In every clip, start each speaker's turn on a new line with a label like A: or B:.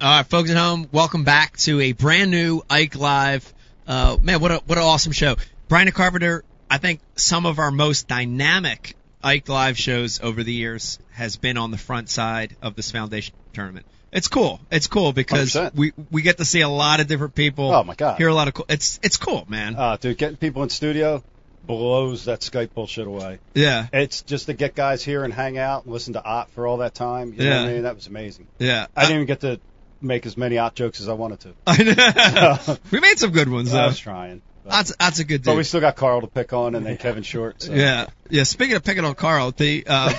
A: All right, folks at home, welcome back to a brand new Ike Live. Uh, man, what a what an awesome show! Brian Carpenter, I think some of our most dynamic Ike Live shows over the years has been on the front side of this foundation tournament. It's cool. It's cool because
B: 100%.
A: we we get to see a lot of different people.
B: Oh, my God.
A: Hear a lot of cool. It's it's cool, man.
B: Uh, dude, getting people in studio blows that Skype bullshit away.
A: yeah,
B: It's just to get guys here and hang out and listen to Ott for all that time. You know what
A: Yeah.
B: I mean? That was amazing.
A: yeah.
B: I didn't even get to make as many Ott jokes as I wanted to.
A: I know. we made some good ones
B: I
A: though.
B: was trying. But,
A: That's that's a good
B: but we
A: dude.
B: still got Carl to pick on and then Kevin Short. So.
A: Yeah, yeah. Speaking of picking on Carl, the uh,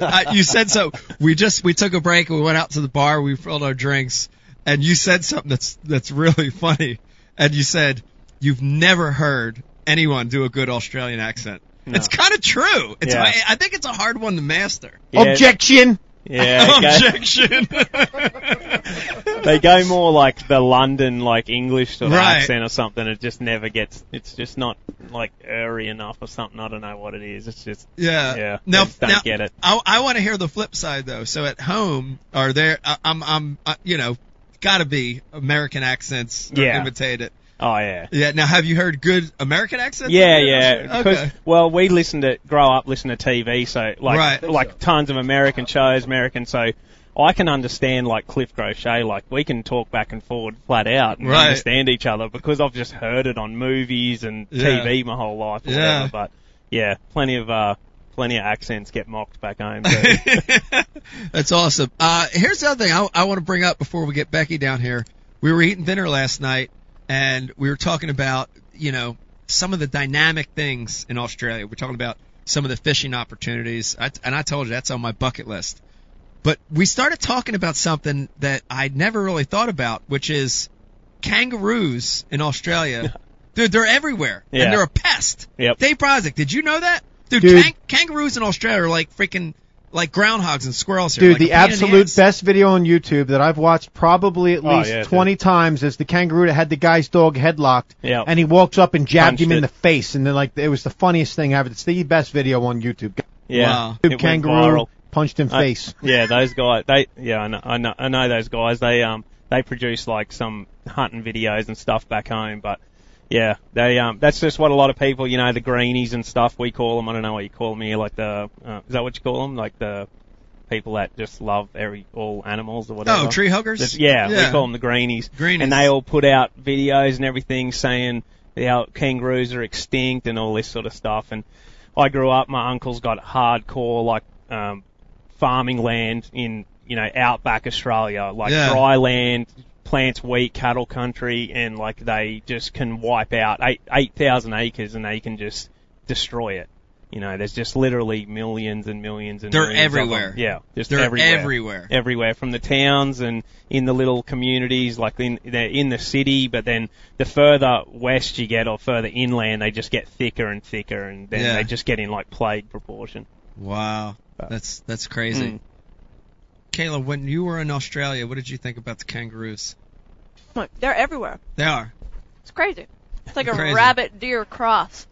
A: uh, you said so. We just we took a break. We went out to the bar. We filled our drinks, and you said something that's that's really funny. And you said you've never heard anyone do a good Australian accent. It's kind of true. It's
C: Yeah.
A: I, I think it's a hard one to master.
D: Objection!
C: Yeah, they go,
A: Objection.
C: they go more like the London, like English sort of
A: Right.
C: accent or something. It just never gets. It's just not like airy enough or something. I don't know what it is. It's just
A: Yeah.
C: Yeah,
A: Now,
C: don't- don't
A: now,
C: get it.
A: I, I want to hear the flip side though. So at home, are there? I, I'm, I'm, uh, you know, gotta be American accents. Or
C: Yeah.
A: Imitate it.
C: oh yeah.
A: Yeah. Now, have you heard good American accents?
C: Yeah, yeah.
A: Okay.
C: 'Cause- Well, we listen to grow up, listen to TV, so like
A: Right.
C: like tons of American shows, American. So I can understand like Cliff Crochet, like we can talk back and forward flat out and
A: Right.
C: understand each other because I've just heard it on movies and
A: Yeah.
C: TV my whole life. Or
A: Yeah.
C: Whatever, but yeah, plenty of uh, plenty of accents get mocked back home. too.
A: That's awesome. Uh, here's the other thing I, I want to bring up before we get Becky down here. We were eating dinner last night, and we were talking about, you know, some of the dynamic things in Australia. We're talking about some of the fishing opportunities, I, and I told you that's on my bucket list. But we started talking about something that I'd never really thought about, which is kangaroos in Australia. Dude, they're everywhere,
C: Yeah.
A: and they're a pest.
C: Yep.
A: Dave Brodzik, did you know that? Dude,
D: Dude.
A: Kang- kangaroos in Australia are like freaking like groundhogs and squirrels here.
D: Dude,
A: like a
D: the
A: pain in
D: absolute
A: ass.
D: best video on YouTube that I've watched probably at
B: Oh,
D: least
B: yeah, dude.
D: 20 times is the kangaroo that had the guy's dog headlocked,
C: Yeah.
D: and he walks up and jabbed
C: Oh. Punched
D: him in
C: it.
D: the face, and then like it was the funniest thing ever. It's the best video on YouTube.
C: yeah,
A: Wow.
C: It
D: YouTube
C: went
D: kangaroo
C: viral.
D: punched him
C: I-
D: face.
C: Yeah, those guys. They yeah, I know, I know, I know those guys. They um they produce like some hunting videos and stuff back home, but yeah, they um that's just what a lot of people, you know, the greenies and stuff we call them. I don't know what you call them here, like the uh, is that what you call them? Like the people that just love every all animals or whatever.
A: Oh, tree huggers?
C: That's- yeah,
A: Yeah.
C: we call them the greenies.
A: Greenies.
C: And they all put out videos and everything saying how kangaroos are extinct and all this sort of stuff. And I grew up, my uncle's got hardcore like um, farming land in you know outback Australia, like
A: Yeah.
C: dry land, plants wheat, cattle country, and like they just can wipe out eight eight thousand acres and they can just destroy it. You know, there's just literally millions and millions and
A: They're
C: millions of them.
A: everywhere.
C: Yeah, just
A: They're
C: everywhere
A: everywhere.
C: everywhere from the towns and in the little communities like in they're in the city but then the further west you get or further inland they just get thicker and thicker and then
A: Yeah.
C: they just get in like plague proportion
A: Wow. That's that's crazy.
C: Uh, Mm.
A: Kayla, when you were in Australia, what did you think about the kangaroos?
E: Look, they're everywhere.
A: They are.
E: It's crazy. It's like a
A: Crazy.
E: rabbit deer cross.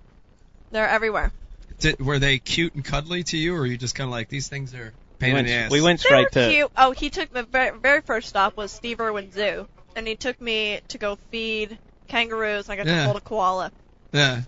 E: They're everywhere.
A: Did, were they cute and cuddly to you, or were you just kind of like these things are
C: we
A: pain in
C: went,
A: the ass?
C: we went
E: They were
C: straight to
E: cute. Oh, he took the very, very first stop was Steve Irwin Zoo, and he took me to go feed kangaroos. And I got
A: Yeah.
E: to hold a koala,
A: Yeah.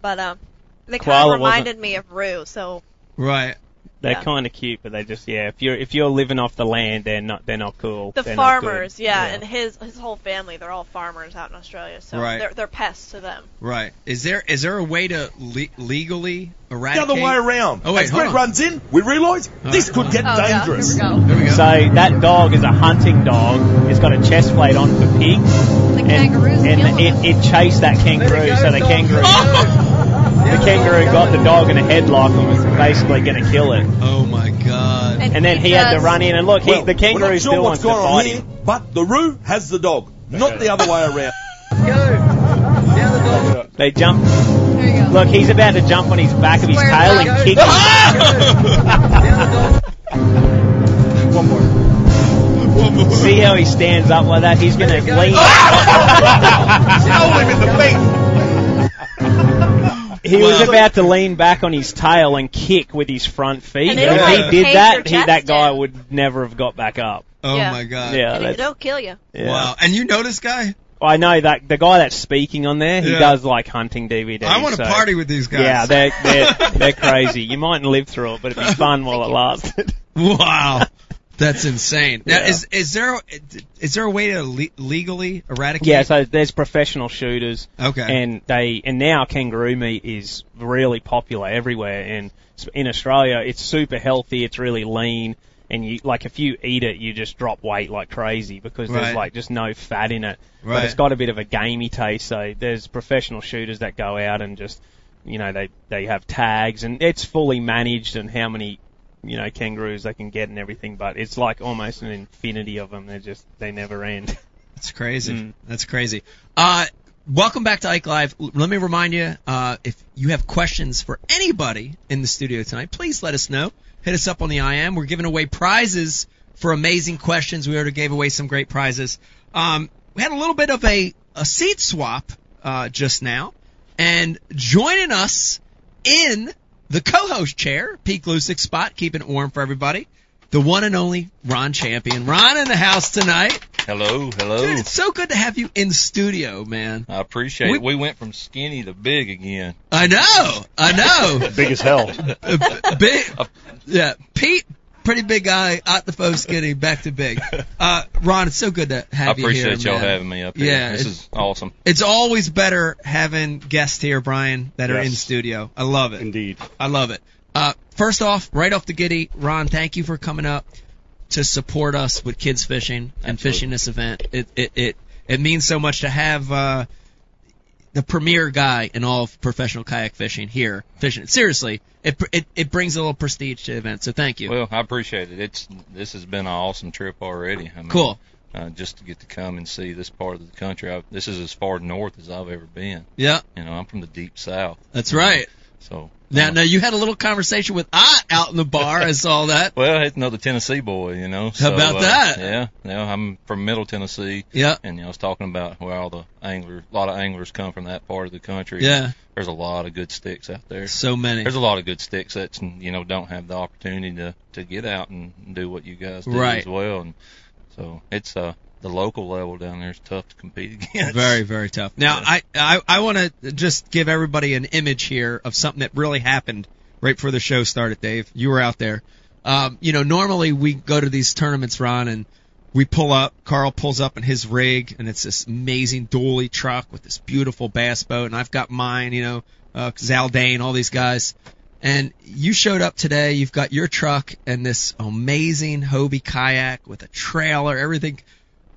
E: but um, they kind
C: Koala
E: of
C: wasn't-
E: reminded me of Rue. So
A: Right.
C: they're
E: yeah.
C: kind of cute but they just yeah if you're if you're living off the land they're not they're not cool
E: the
C: They're not good.
E: farmers, yeah, and his his whole family, they're all farmers out in Australia. So
A: Right.
E: they're they're pests to them.
A: Right. Is there is there a way to le- legally
F: the
A: eradicate?
F: other way around.
A: Oh, wait,
F: As
A: hold
F: Red
A: on.
F: runs in, we realise this could get
E: Oh
F: dangerous.
E: yeah, here we go.
A: There we go.
C: so that dog is a hunting dog. It's got a chest plate on for pigs,
G: The
C: and,
G: kangaroos
C: and
G: kill them.
C: it, it chased that kangaroo. so the kangaroo, the kangaroo got the dog in a headlock and was basically going to kill it.
A: oh my God.
C: And then he had to
G: does-
C: run in and look. He,
F: Well,
C: the
F: we're
C: kangaroo
F: not
C: still
F: sure
C: wants
F: what's
C: to
F: going on
C: fight
F: here,
C: him.
F: but the Roo has the dog, not the other way around.
C: They jump.
G: There you go.
C: Look, he's about to jump on his back of his
G: Square
C: tail and
G: back.
C: kick him.
B: One more.
C: See how he stands up like that? He's gonna lean.
F: Hole him in the face.
C: he
A: Well-
C: was about to lean back on his tail and kick with his front feet.
E: And
A: it'll,
C: if
A: like,
C: he did
E: cave your
C: that, he,
E: chest
C: that guy
E: in.
C: would never have got back up.
A: Oh
E: Yeah.
A: my god.
C: Yeah,
E: And it-
C: that's,
E: it'll kill you.
C: yeah.
A: Wow. And you know this guy?
C: I know that the guy that's speaking on there, he
A: Yeah.
C: does like hunting DVDs.
A: I want to
C: so-
A: party with these guys.
C: uh, Yeah, they're they're, they're crazy. You mightn't live through it, but it'd be fun while it lasted.
A: Wow. That's insane. Now,
C: Yeah.
A: is is there is there a way to le- legally eradicate?
C: yeah, so there's professional shooters,
A: okay.
C: and they and now kangaroo meat is really popular everywhere, and s- in Australia it's super healthy. It's really lean, and you like if you eat it, you just drop weight like crazy because
A: Right.
C: there's like just no fat in it.
A: Right.
C: But it's got a bit of a gamey taste. So there's professional shooters that go out and just you know they they have tags and it's fully managed and how many you know kangaroos they can get and everything but it's like almost an infinity of them they just they never end
A: That's crazy.
C: Mm.
A: That's crazy. Uh, welcome back to Ike Live. L- Let me remind you, uh, if you have questions for anybody in the studio tonight, please let us know. Hit us up on the IM. We're giving away prizes for amazing questions. We already gave away some great prizes. Um, we had a little bit of a, a seat swap, uh, just now. And joining us in the co-host chair, Pete Glusick's spot, keeping it warm for everybody. The one and only Ron Champion. Ron in the house tonight.
G: Hello,
A: Dude,
G: hello.
A: it's so good to have you in studio, man.
G: I appreciate
A: We-
G: it. We went from skinny to big again.
A: I know, I know.
B: Big as hell.
A: Uh, b- big, yeah. Pete, pretty big guy, octopus skinny, back to big. Uh, Ron, it's so good to
G: I
A: have you here.
G: appreciate y'all
A: man.
G: having me up here.
A: Yeah,
G: this
A: it's-
G: is awesome.
A: It's always better having guests here, Brian, that are
B: Yes.
A: in studio. I love it.
B: Indeed.
A: I love it. Uh, first off, right off the giddy, Ron, thank you for coming up to support us with kids fishing and
G: Absolutely.
A: fishing this event. It it it, it means so much to have uh, the premier guy in all of professional kayak fishing here fishing. Seriously, it pr- it it brings a little prestige to the event. So thank you.
G: Well, I appreciate it. It's this has been an awesome trip already. I mean,
A: cool.
G: Uh, just to get to come and see this part of the country. I, this is as far north as I've ever been.
A: Yeah,
G: You know, I'm from the deep south,
A: that's right.
G: so.
A: Now,
G: um,
A: now you had a little conversation with I out in the bar. I saw that.
G: Well, it's another Tennessee boy, you know. So,
A: about
G: uh,
A: that?
G: Yeah, yeah. I'm from Middle Tennessee,
A: Yeah,
G: and you know, I was talking about where all the anglers, a lot of anglers come from that part of the country.
A: yeah.
G: There's a lot of good sticks out there.
A: So many.
G: There's a lot of good stick sets, and you know, don't have the opportunity to to get out and do what you guys do
A: Right.
G: as well. And so it's uh the local level down there is tough to compete against.
A: Very, very tough. Now, I, I, I want to just give everybody an image here of something that really happened right before the show started, Dave. You were out there. Um, you know, normally we go to these tournaments, Ron, and we pull up. Carl pulls up in his rig, and it's this amazing dually truck with this beautiful bass boat, and I've got mine, you know, uh, Zaldane, all these guys. And you showed up today. You've got your truck and this amazing Hobie kayak with a trailer, everything.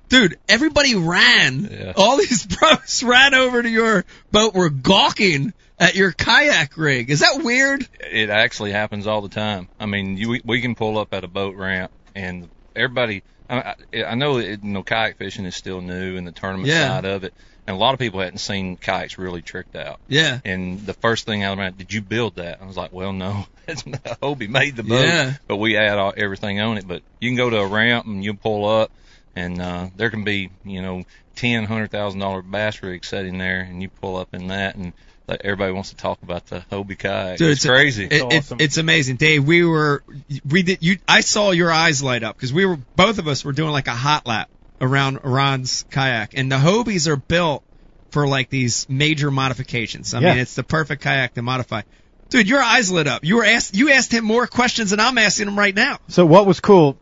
A: Dude, everybody ran.
G: Yeah.
A: All these bros ran over to your boat. Were gawking at your kayak rig. Is that weird?
G: It actually happens all the time. I mean, you we- we can pull up at a boat ramp, and everybody. I, I- I know it, you know kayak fishing is still new, and the tournament
A: Yeah.
G: side of it, and a lot of people hadn't seen kayaks really tricked out.
A: Yeah.
G: And the first thing I remember, did you build that? I was like, well, no. That's Hobie made the boat,
A: Yeah.
G: but we add all, everything on it. But you can go to a ramp and you pull up, and uh, there can be you know ten, hundred thousand dollar bass rig sitting there, and you pull up in that, and like, everybody wants to talk about the Hobie kayak.
A: Dude,
G: it's,
A: it's a-
G: crazy.
A: It,
C: It's
A: it's
C: awesome.
A: it's amazing, Dave. We were, we did. You, I saw your eyes light up because we were both of us were doing like a hot lap around Ron's kayak, and the Hobies are built for like these major modifications. I
D: Yeah.
A: mean, it's the perfect kayak to modify. Dude, your eyes lit up. You were asked, you asked him more questions than I'm asking him right now.
D: So what was cool,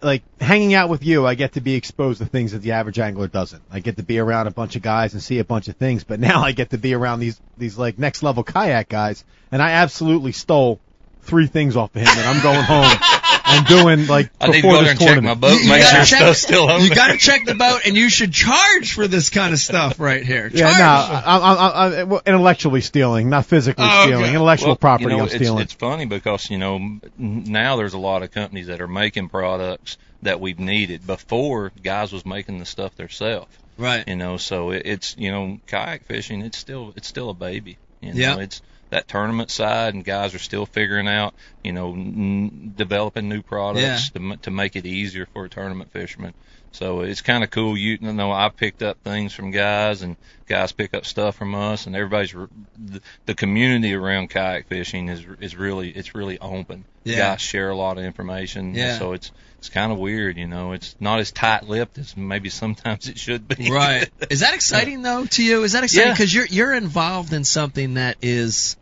D: like hanging out with you, I get to be exposed to things that the average angler doesn't. I get to be around a bunch of guys and see a bunch of things, but now I get to be around these these like next level kayak guys, and I absolutely stole three things off of him that I'm going home and doing like
G: I need to
D: before
G: go there
D: this
G: and check my
D: tournament.
G: boat, and make sure stuff's still on.
A: you
G: there.
A: gotta check the boat, and you should charge for this kind of stuff right here.
D: Yeah,
A: Charge.
D: no, I, I, I, I, well, intellectually stealing, not physically
A: Oh, okay.
D: stealing. Intellectual property
G: you know,
D: I'm
G: it's,
D: stealing.
G: It's funny because you know m- now there's a lot of companies that are making products that we've needed. Before guys was making the stuff themselves,
A: Right.
G: you know. So it, it's you know kayak fishing. It's still it's still a baby. You know,
A: Yeah.
G: it's that tournament side, and guys are still figuring out, you know, n- developing new products to to to make it easier for a tournament fisherman. So it's kind of cool. You, you know, I picked up things from guys, and guys pick up stuff from us, and everybody's re- the, the community around kayak fishing is is really it's really open.
A: Yeah.
G: Guys share a lot of information.
A: Yeah.
G: So it's it's kind of weird, you know. It's not as tight lipped as maybe sometimes it should be.
A: Right. Is that exciting though to you? Is that exciting
G: Yeah.
A: because you're you're involved in something that is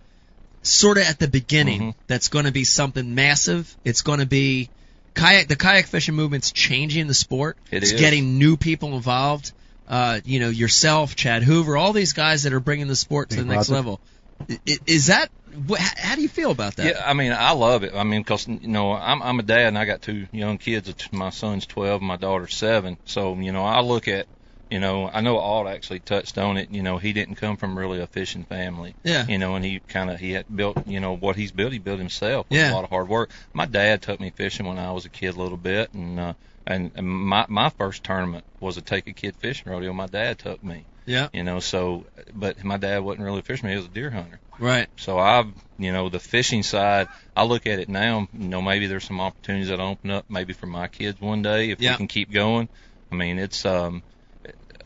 A: sort of at the beginning
G: Mm-hmm.
A: that's going to be something massive. It's going to be kayak the kayak fishing movement's changing the sport.
G: It
A: it's
G: is.
A: getting new people involved. Uh, you know, yourself, Chad Hoover, all these guys that are bringing the sport to
D: Big
A: the next
D: brother.
A: level. I- i- Is that wh- h- how do you feel about that?
G: Yeah, I mean, I love it. I mean, 'cause you know, I'm I'm a dad and I got two young kids. It's- My son's 12, and my daughter's seven. So you know, I look at, you know, I know Alt actually touched on it. You know, he didn't come from really a fishing family.
A: Yeah.
G: You know, and he kind of he had built, you know, what he's built. He built himself with
A: Yeah.
G: a lot of hard work. My dad took me fishing when I was a kid a little bit, and uh, and and my my first tournament was a take a kid fishing rodeo. My dad took me.
A: Yeah.
G: You know, so but my dad wasn't really a fisherman. He was a deer hunter.
A: Right.
G: So I've, you know, the fishing side, I look at it now, you know, maybe there's some opportunities that open up maybe for my kids one day if
A: Yeah.
G: we can keep going. I mean, it's, um,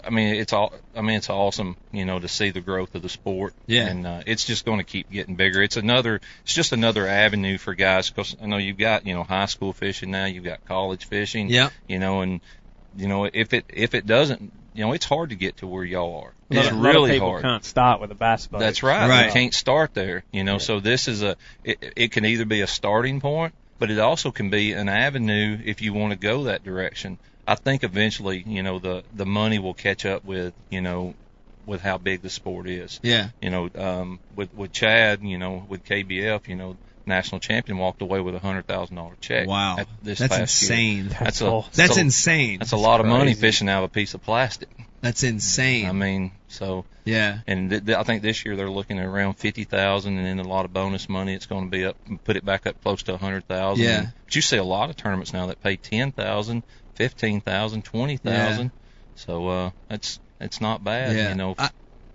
G: I mean, it's all, I mean, it's awesome, you know, to see the growth of the sport.
A: Yeah.
G: And, uh, it's just going to keep getting bigger. It's another, it's just another avenue for guys because I know you've got, you know, high school fishing now, you've got college fishing.
A: Yeah.
G: You know, and, you know, if it, if it doesn't, you know, it's hard to get to where y'all are.
C: A lot
G: It's
C: of- a lot of
G: really
C: people
G: hard.
C: can't start with a bass boat.
G: That's right.
A: Right.
G: You can't start there, you know. So this is a it, it can either be a starting point, but it also can be an avenue if you want to go that direction. I think eventually, you know, the the money will catch up with, you know, with how big the sport is.
A: Yeah.
G: You know, um with with Chad, you know, with KBF, you know, national champion walked away with a hundred thousand dollar check.
A: Wow.
G: at this
A: That's
G: past year.
A: insane.
G: That's
C: That's
G: a
A: That's
G: a-
A: insane.
G: That's a lot of money
C: crazy.
G: fishing out of a piece of plastic.
A: That's insane.
G: I mean, so
A: yeah.
G: and th- th- I think this year they're looking at around fifty thousand, and then a lot of bonus money. It's going to be up, put it back up close to a hundred thousand.
A: Yeah.
G: But you see a lot of tournaments now that pay ten thousand, fifteen thousand, twenty thousand. So uh, that's it's not bad. You know,
A: I,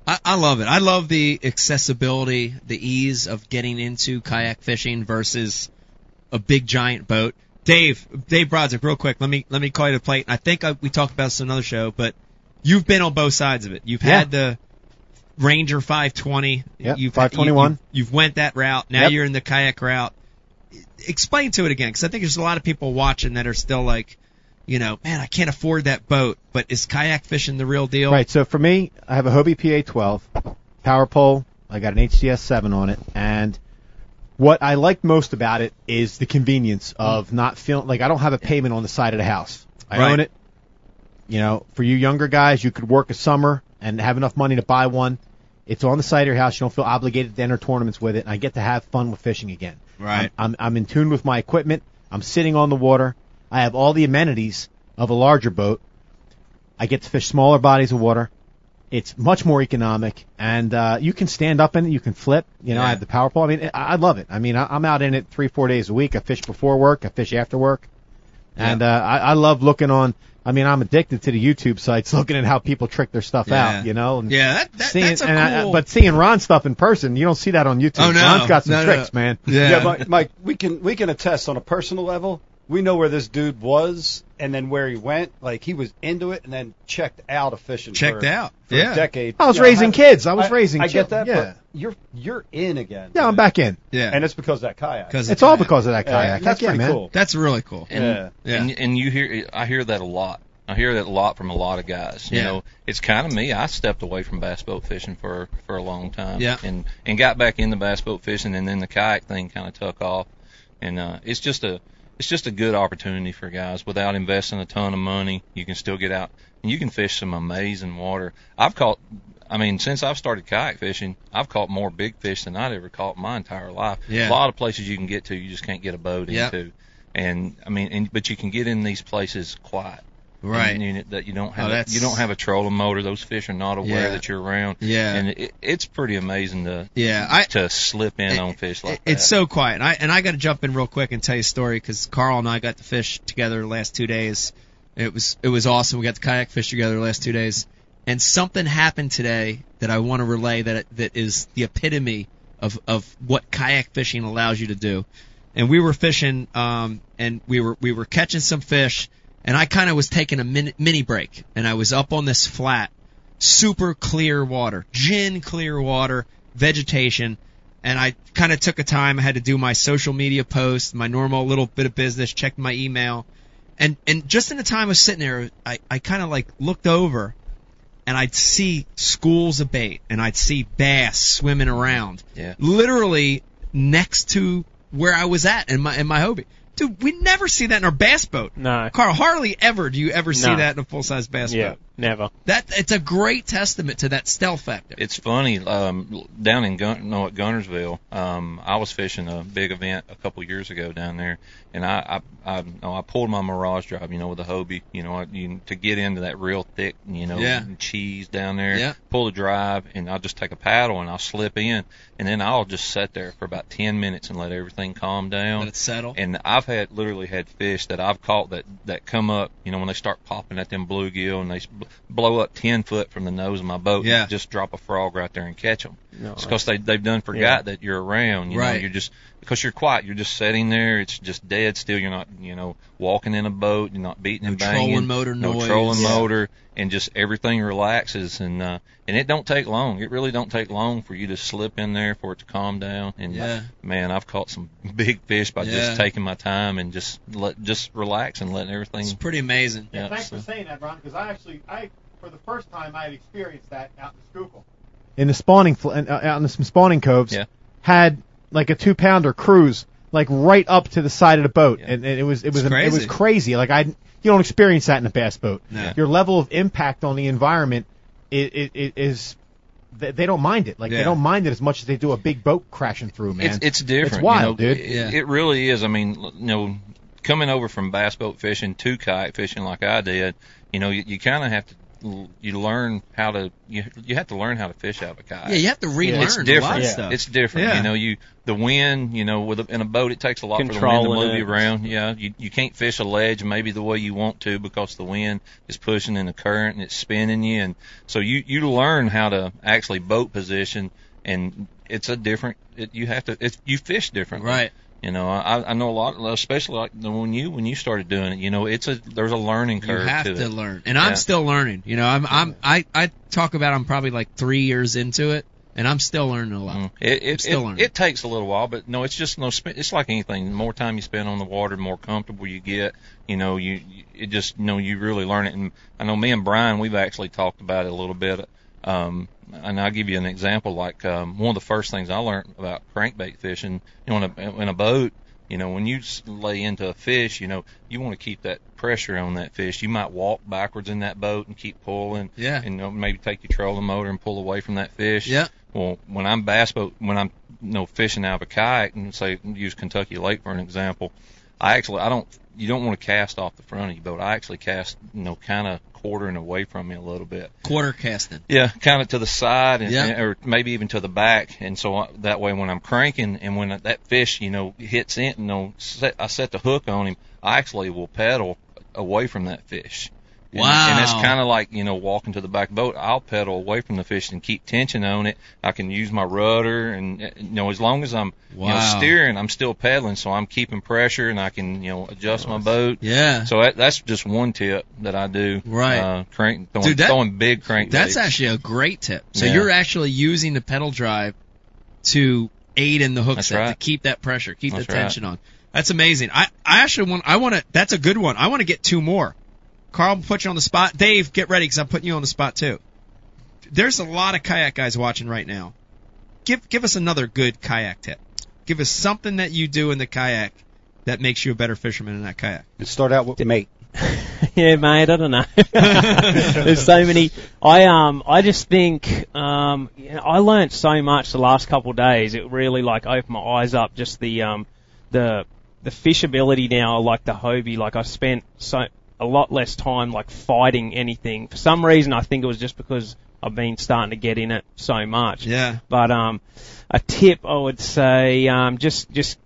A: I, I love it. I love the accessibility, the ease of getting into kayak fishing versus a big giant boat. Dave, Dave Brodzik, real quick, let me let me call you to the plate. I think I, we talked about this in another show, but you've been on both sides of it. You've
D: Yeah.
A: had the Ranger 520.
D: Yep,
A: you've
D: 521.
A: You, have went that route. Now
D: Yep.
A: you're in the kayak route. Explain to it again, because I think there's a lot of people watching that are still like, you know, man, I can't afford that boat, but is kayak fishing the real deal?
D: Right. So for me, I have a Hobie PA12 power pole. I got an HDS 7 on it, and what I like most about it is the convenience of not feeling like I don't have a payment on the side of the house. I
A: Right.
D: own it. You know, for you younger guys, you could work a summer and have enough money to buy one. It's on the side of your house. You don't feel obligated to enter tournaments with it, and I get to have fun with fishing again.
A: Right.
D: I'm, I'm, I'm in tune with my equipment. I'm sitting on the water. I have all the amenities of a larger boat. I get to fish smaller bodies of water. It's much more economic, and uh, you can stand up in it. You can flip. You know,
A: Yeah.
D: I have the power pole. I mean, I, I love it. I mean, I, I'm out in it three, four days a week. I fish before work. I fish after work, and uh, I, I love looking on. I mean, I'm addicted to the YouTube sites, looking at how people trick their stuff
A: Yeah.
D: out. You know, and
A: Yeah, that, that,
D: seeing
A: that's a
D: and I-
A: cool.
D: but seeing Ron stuff in person, you don't see that on YouTube.
A: Oh, no.
D: Ron's got some
A: No, no.
D: tricks, man.
A: yeah,
B: Yeah, Mike, Mike, we can we can attest on a personal level. We know where this dude was and then where he went. Like he was into it and then checked out of fishing.
A: checked
B: for,
A: out.
B: for a
A: Yeah,
B: decade.
D: I was
B: You know,
D: raising kids. I was raising.
B: I get
D: children.
B: that.
D: Yeah.
B: But you're you're in again.
D: yeah, I'm back in.
A: yeah.
B: And it's because of that kayak.
A: 'Cause
D: It's all because of that
B: Yeah,
D: kayak.
B: That's
D: Heck yeah,
B: pretty
D: man.
B: cool.
A: that's really cool.
G: and
B: yeah.
A: Yeah.
G: and and you hear I hear that a lot. I hear that a lot from a lot of guys. You
A: Yeah.
G: know, it's kind of me. I stepped away from bass boat fishing for for a long time.
A: Yeah.
G: And and got back into bass boat fishing, and then the kayak thing kind of took off. And uh, it's just a it's just a good opportunity for guys without investing a ton of money. You can still get out and you can fish some amazing water. I've caught. I mean, since I've started kayak fishing, I've caught more big fish than I'd ever caught in my entire life. A
A: Yeah.
G: lot of places you can get to, you just can't get a boat
A: Yeah.
G: into. And I mean, and, but you can get in these places quiet.
A: Right.
G: And you, that you don't have
A: Oh,
G: a,
A: that's-
G: you don't have a trolling motor. Those fish are not aware
A: Yeah.
G: that you're around.
A: Yeah.
G: And it, it's pretty amazing to
A: yeah, I.
G: to slip in
A: it-
G: on fish like
A: it- It's
G: that.
A: so quiet, and I and I got to jump in real quick and tell you a story because Carl and I got to fish together the last two days. It was it was awesome. We got to kayak fish together the last two days, and something happened today that I want to relay that that is the epitome of of what kayak fishing allows you to do. And we were fishing, um, and we were we were catching some fish, and I kind of was taking a mini, mini break, and I was up on this flat, super clear water, gin clear water, vegetation, and I kind of took a time. I had to do my social media post, my normal little bit of business, checked my email, and and just in the time I was sitting there, I I kind of like looked over, and I'd see schools of bait, and I'd see bass swimming around,
G: Yeah.
A: literally next to where I was at in my in my hobby. Dude, we never see that in our bass boat.
C: No.
A: Carl, hardly ever do you ever see
C: No.
A: that in a full size bass
C: Yeah,
A: boat.
C: never.
A: That it's a great testament to that stealth factor.
G: It's funny. Um, down in Gun- no, at Gunnersville, um, I was fishing a big event a couple years ago down there, and I I, I, you know, I pulled my Mirage drive, you know, with a Hobie, you know, I, you, to get into that real thick, you know,
A: Yeah.
G: cheese down there.
A: Yeah.
G: Pull the drive, and I'll just take a paddle and I'll slip in, and then I'll just sit there for about ten minutes and let everything calm down.
A: Let it settle.
G: And I've had literally had fish that I've caught that that come up, you know, when they start popping at them bluegill and they s- bl- blow up ten foot from the nose of my boat.
A: Yeah.
G: And just drop a frog right there and catch them.
C: No,
G: because they they've done forgot
C: Yeah.
G: that you're around. You know,
A: Right.
G: you're just because you're quiet. You're just sitting there. It's just dead still. You're not you know walking in a boat. You're not beating
A: No
G: and banging.
A: trolling motor
G: no
A: noise.
G: trolling
A: Yeah.
G: motor, and just everything relaxes and uh and it don't take long. It really don't take long for you to slip in there for it to calm down. And
A: Yeah.
G: man, I've caught some big fish by
A: Yeah.
G: just taking my time and just let just relax and letting everything.
A: It's pretty amazing.
G: Yeah,
D: thanks
G: so-
D: for saying that, Ron, because I actually, I for the first time, I had experienced that out in Schuylkill. In the spawning, fl- in- uh, out in some spawning coves,
G: Yeah.
D: had like a two pounder cruise like right up to the side of the boat,
G: Yeah.
D: and, and it was it was
A: It's
D: it was
A: crazy.
D: crazy. Like I, you don't experience that in a bass boat.
A: No.
D: Your level of impact on the environment i i i is they, they don't mind it. Like
A: Yeah.
D: they don't mind it as much as they do a big boat crashing through, man.
G: It's it's different.
D: It's wild,
G: you know,
D: dude.
G: It,
A: Yeah.
G: it really is. I mean, l- you know, coming over from bass boat fishing to kayak fishing like I did, you know, you, you kind of have to l- you learn how to you you have to learn how to fish out of a kayak.
A: Yeah, you have to relearn
G: It's
A: a lot
G: different.
A: of stuff.
G: It's different.
A: Yeah.
G: You know, you the wind. You know, with a, in a boat, it takes a lot for the
C: Controlling
G: wind to move
C: it.
G: you around. Yeah, you you can't fish a ledge maybe the way you want to because the wind is pushing in the current and it's spinning you, and so you you learn how to actually boat position, and it's a different. It, you have to. It's you fish differently.
A: Right.
G: You know, I I know a lot, especially like the- when you when you started doing it. You know, it's a there's a learning
A: you
G: curve
A: have
G: to,
A: to,
G: it.
A: learn, and
G: Yeah.
A: I'm still learning. You know, I'm I'm I I talk about I'm probably like three years into it, and I'm still learning a lot.
G: Mm. It it,
A: still
G: it,
A: learning.
G: it takes a little while, but no, it's just no. sp- It's like anything. The more time you spend on the water, the more comfortable you get. You know, you you- it just you know you really learn it. And I know me and Brian, we've actually talked about it a little bit. Um, and I'll give you an example. Like um, one of the first things I learned about crankbait fishing, you know, in a, in a boat. You know, when you s- lay into a fish, you know, you want to keep that pressure on that fish. You might walk backwards in that boat and keep pulling.
A: Yeah.
G: And you know, maybe take your trolling motor and pull away from that fish.
A: Yeah.
G: Well, when I'm bass boat, when I'm you know fishing out of a kayak, and say use Kentucky Lake for an example, I actually I don't you don't want to cast off the front of your boat. I actually cast you know kind of quartering away from me a little bit.
A: Quarter casting.
G: Yeah, kind of to the side, and,
A: Yeah.
G: and- or maybe even to the back, and so I, that way when I'm cranking and when that fish, you know, hits in, you know, set, I set the hook on him, I actually will pedal away from that fish. And- And, it's
A: Wow.
G: kind of like you know walking to the back boat. I'll pedal away from the fish and keep tension on it. I can use my rudder, and uh, you know as long as I'm you know
A: Wow.
G: steering, I'm still pedaling, so I'm keeping pressure, and I can you know adjust my boat.
A: Yeah.
G: So that, that's just one tip that I do.
A: Right.
G: Uh, crank throwing,
A: Dude, that-
G: throwing big crank.
A: That's actually a great tip. So
G: Yeah.
A: you're actually using the pedal drive to aid in the hook
G: That's
A: set to
G: right.
A: keep that pressure, keep
G: That's
A: the
G: right.
A: tension on. That's amazing. I, I actually want I want to. That's a good one. I want to get two more. Carl, I'm put you on the spot. Dave, get ready because I'm putting you on the spot too. There's a lot of kayak guys watching right now. Give give us another good kayak tip. Give us something that you do in the kayak that makes you a better fisherman in that kayak.
B: And start out with mate.
C: yeah, mate, I don't know. There's so many. I um, I just think um, you know, I learned so much the last couple of days. It really like opened my eyes up. Just the um, the the fishability now, like the Hobie. Like I spent so a lot less time like fighting anything. For some reason, I think it was just because I've been starting to get in it so much.
A: Yeah.
C: But um, a tip I would say um, just just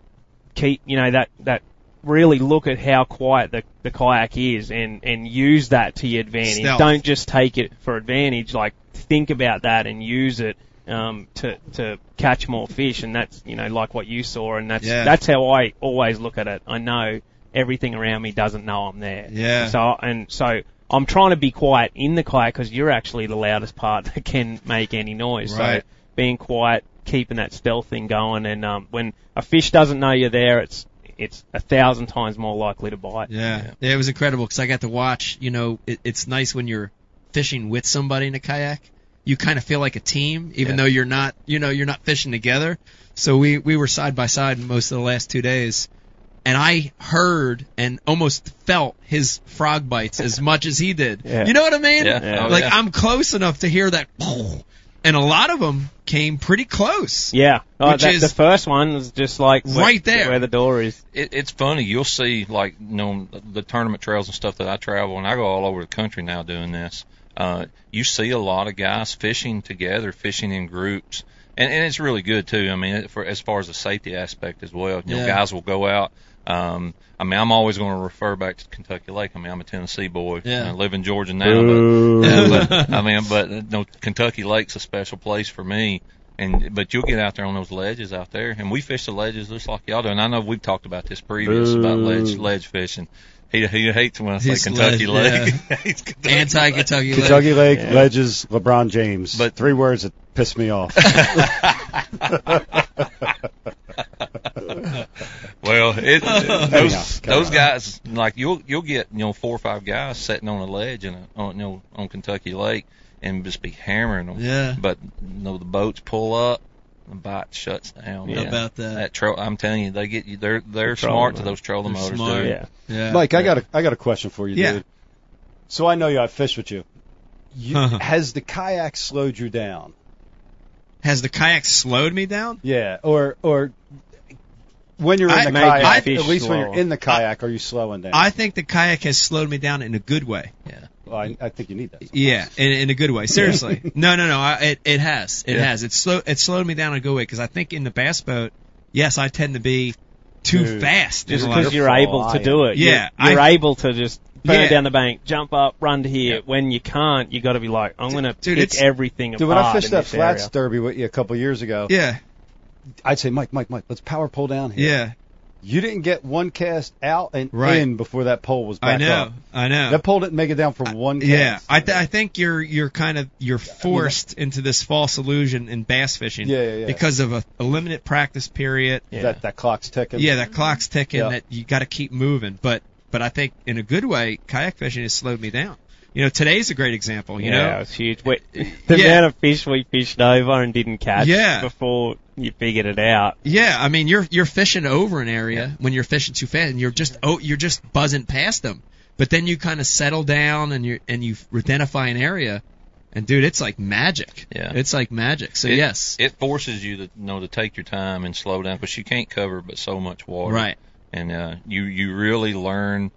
C: keep you know that that really look at how quiet the, the kayak is and and use that to your advantage.
A: Stealth.
C: Don't just take it for advantage. Like think about that and use it um, to to catch more fish. And that's you know like what you saw. And that's
A: Yeah.
C: that's how I always look at it. I know everything around me doesn't know I'm there.
A: Yeah.
C: So Oh, and so I'm trying to be quiet in the kayak because you're actually the loudest part that can make any noise.
A: Right.
C: So being quiet, keeping that stealth thing going, and um, when a fish doesn't know you're there, it's it's a thousand times more likely to bite.
A: Yeah. yeah, it was incredible because I got to watch. You know, it, it's nice when you're fishing with somebody in a kayak. You kind of feel like a team, even though you're not. You know, you're not fishing together. So we we were side by side most of the last two days, and I heard and almost felt his frog bites as much as he did.
C: Yeah.
A: You know what I mean?
G: Yeah. Yeah. Oh,
A: Like
G: yeah.
A: I'm close enough to hear that, and a lot of them came pretty close.
C: Yeah. Oh,
A: Which
C: that,
A: is-
C: the first one was just like where-
A: Right there.
C: where the door is.
G: it, it's funny. You'll see, like, you know, the tournament trails and stuff that I travel, and I go all over the country now doing this. Uh, you see a lot of guys fishing together, fishing in groups, and, and it's really good too. I mean, it- for as far as the safety aspect as well, you
A: Yeah.
G: know, guys will go out. Um, I mean, I'm always going to refer back to Kentucky Lake. I mean, I'm a Tennessee boy.
A: Yeah.
G: I live in Georgia now, but but, I mean, but you know, Kentucky Lake's a special place for me. And but you'll get out there on those ledges out there, and we fish the ledges just like y'all do. And I know we've talked about this previous about ledge ledge fishing. He he hates when I say
A: He's
G: Kentucky
A: ledge,
G: Lake.
A: yeah.
G: Hates Kentucky
A: Anti
G: Lake.
A: Kentucky
B: Kentucky Lake,
C: Yeah.
B: Ledges, LeBron James.
G: But-
B: three words that piss me off.
G: Well, it, those
B: Come
G: those
B: on.
G: guys like you'll you'll get you know four or five guys sitting on a ledge and on you know on Kentucky Lake and just be hammering them.
A: Yeah.
G: But you know the boats pull up, the bite shuts down.
C: Yeah.
G: man.
A: About that.
G: That troll, I'm telling you, they get you. They're they're
C: The trolling
G: smart to
C: motor.
G: those trolling
A: They're
G: motors,
A: smart.
G: dude.
C: Yeah.
A: Yeah.
B: Mike, I got a I got a question for you,
A: Yeah.
B: dude. So I know you. I fish with you. you has the kayak slowed you down?
A: has the kayak slowed me down?
B: Yeah, or or when you're in
A: I-
B: the
A: Make
B: kayak,
A: your
B: at
C: fish
B: least when
C: slow.
B: you're in the kayak, are you slowing down?
A: I think the kayak has slowed me down in a good way.
B: Well, I, I think you need that.
A: Yeah, in, in a good way. Seriously. no, no, no. I, it it has. It
G: Yeah.
A: has. It's slow. It slowed me down in a good way because I think in the bass boat, yes, I tend to be too
B: Dude,
A: fast. in
C: Just
A: a lot of-
C: because you're able to do it.
A: Yeah,
C: You're, you're
A: I-
C: able to just burn
A: Yeah.
C: down the bank, jump up, run to here. When you can't, you got to be like, I'm going to
A: dude,
C: pick
A: it's-
C: everything apart.
B: Dude, when I fished
C: in
B: that
C: this
B: flats
C: area.
B: derby with you a couple years ago,
A: yeah,
B: I'd say, Mike, Mike, Mike, let's power pole down here.
A: yeah.
B: You didn't get one cast out and
A: Right.
B: in before that pole was back
A: I know.
B: up.
A: I know.
B: That pole didn't make it down for one cast.
A: yeah, I, th- I think you're you're kind of you're forced into this false illusion in bass fishing
B: Yeah, yeah, yeah.
A: because of a, a limited practice period.
C: Yeah.
B: That that clock's ticking.
A: Yeah, that clock's ticking.
B: Yeah.
A: That you got to keep moving. But but I think in a good way, kayak fishing has slowed me down. You know, today's a great example. You
C: yeah,
A: know, Uh,
C: it's huge. We, the
A: Yeah.
C: amount of fish we fished over and didn't catch
A: Yeah.
C: before you figured it out.
A: yeah. I mean, you're you're fishing over an area when you're fishing too fast, and you're just oh, you're just buzzing past them. But then you kind of settle down and you and you identify an area, and dude, it's like magic.
G: Yeah.
A: it's like magic. So
G: It-
A: yes,
G: It forces you to you know to take your time and slow down because you can't cover but so much water.
A: right.
G: And uh, you you really learn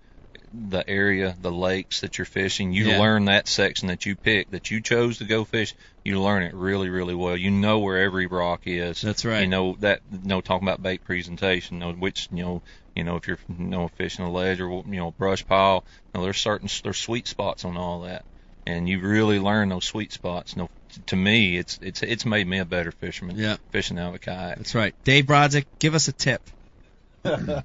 G: the area, the lakes that you're fishing. You
A: Yeah.
G: learn that section that you pick that you chose to go fish. You learn it really really well. You know where every rock is.
A: That's right.
G: You know that you know talking about bait presentation. You know which you know you know if you're you know fishing a ledge or you know brush pile. You know, there's certain there's sweet spots on all that. And you really learn those sweet spots. You know, t- to me, it's it's it's made me a better fisherman.
A: Yeah.
G: Fishing out of a kayak.
A: That's right. Dave Brodzik, give us a tip.
D: I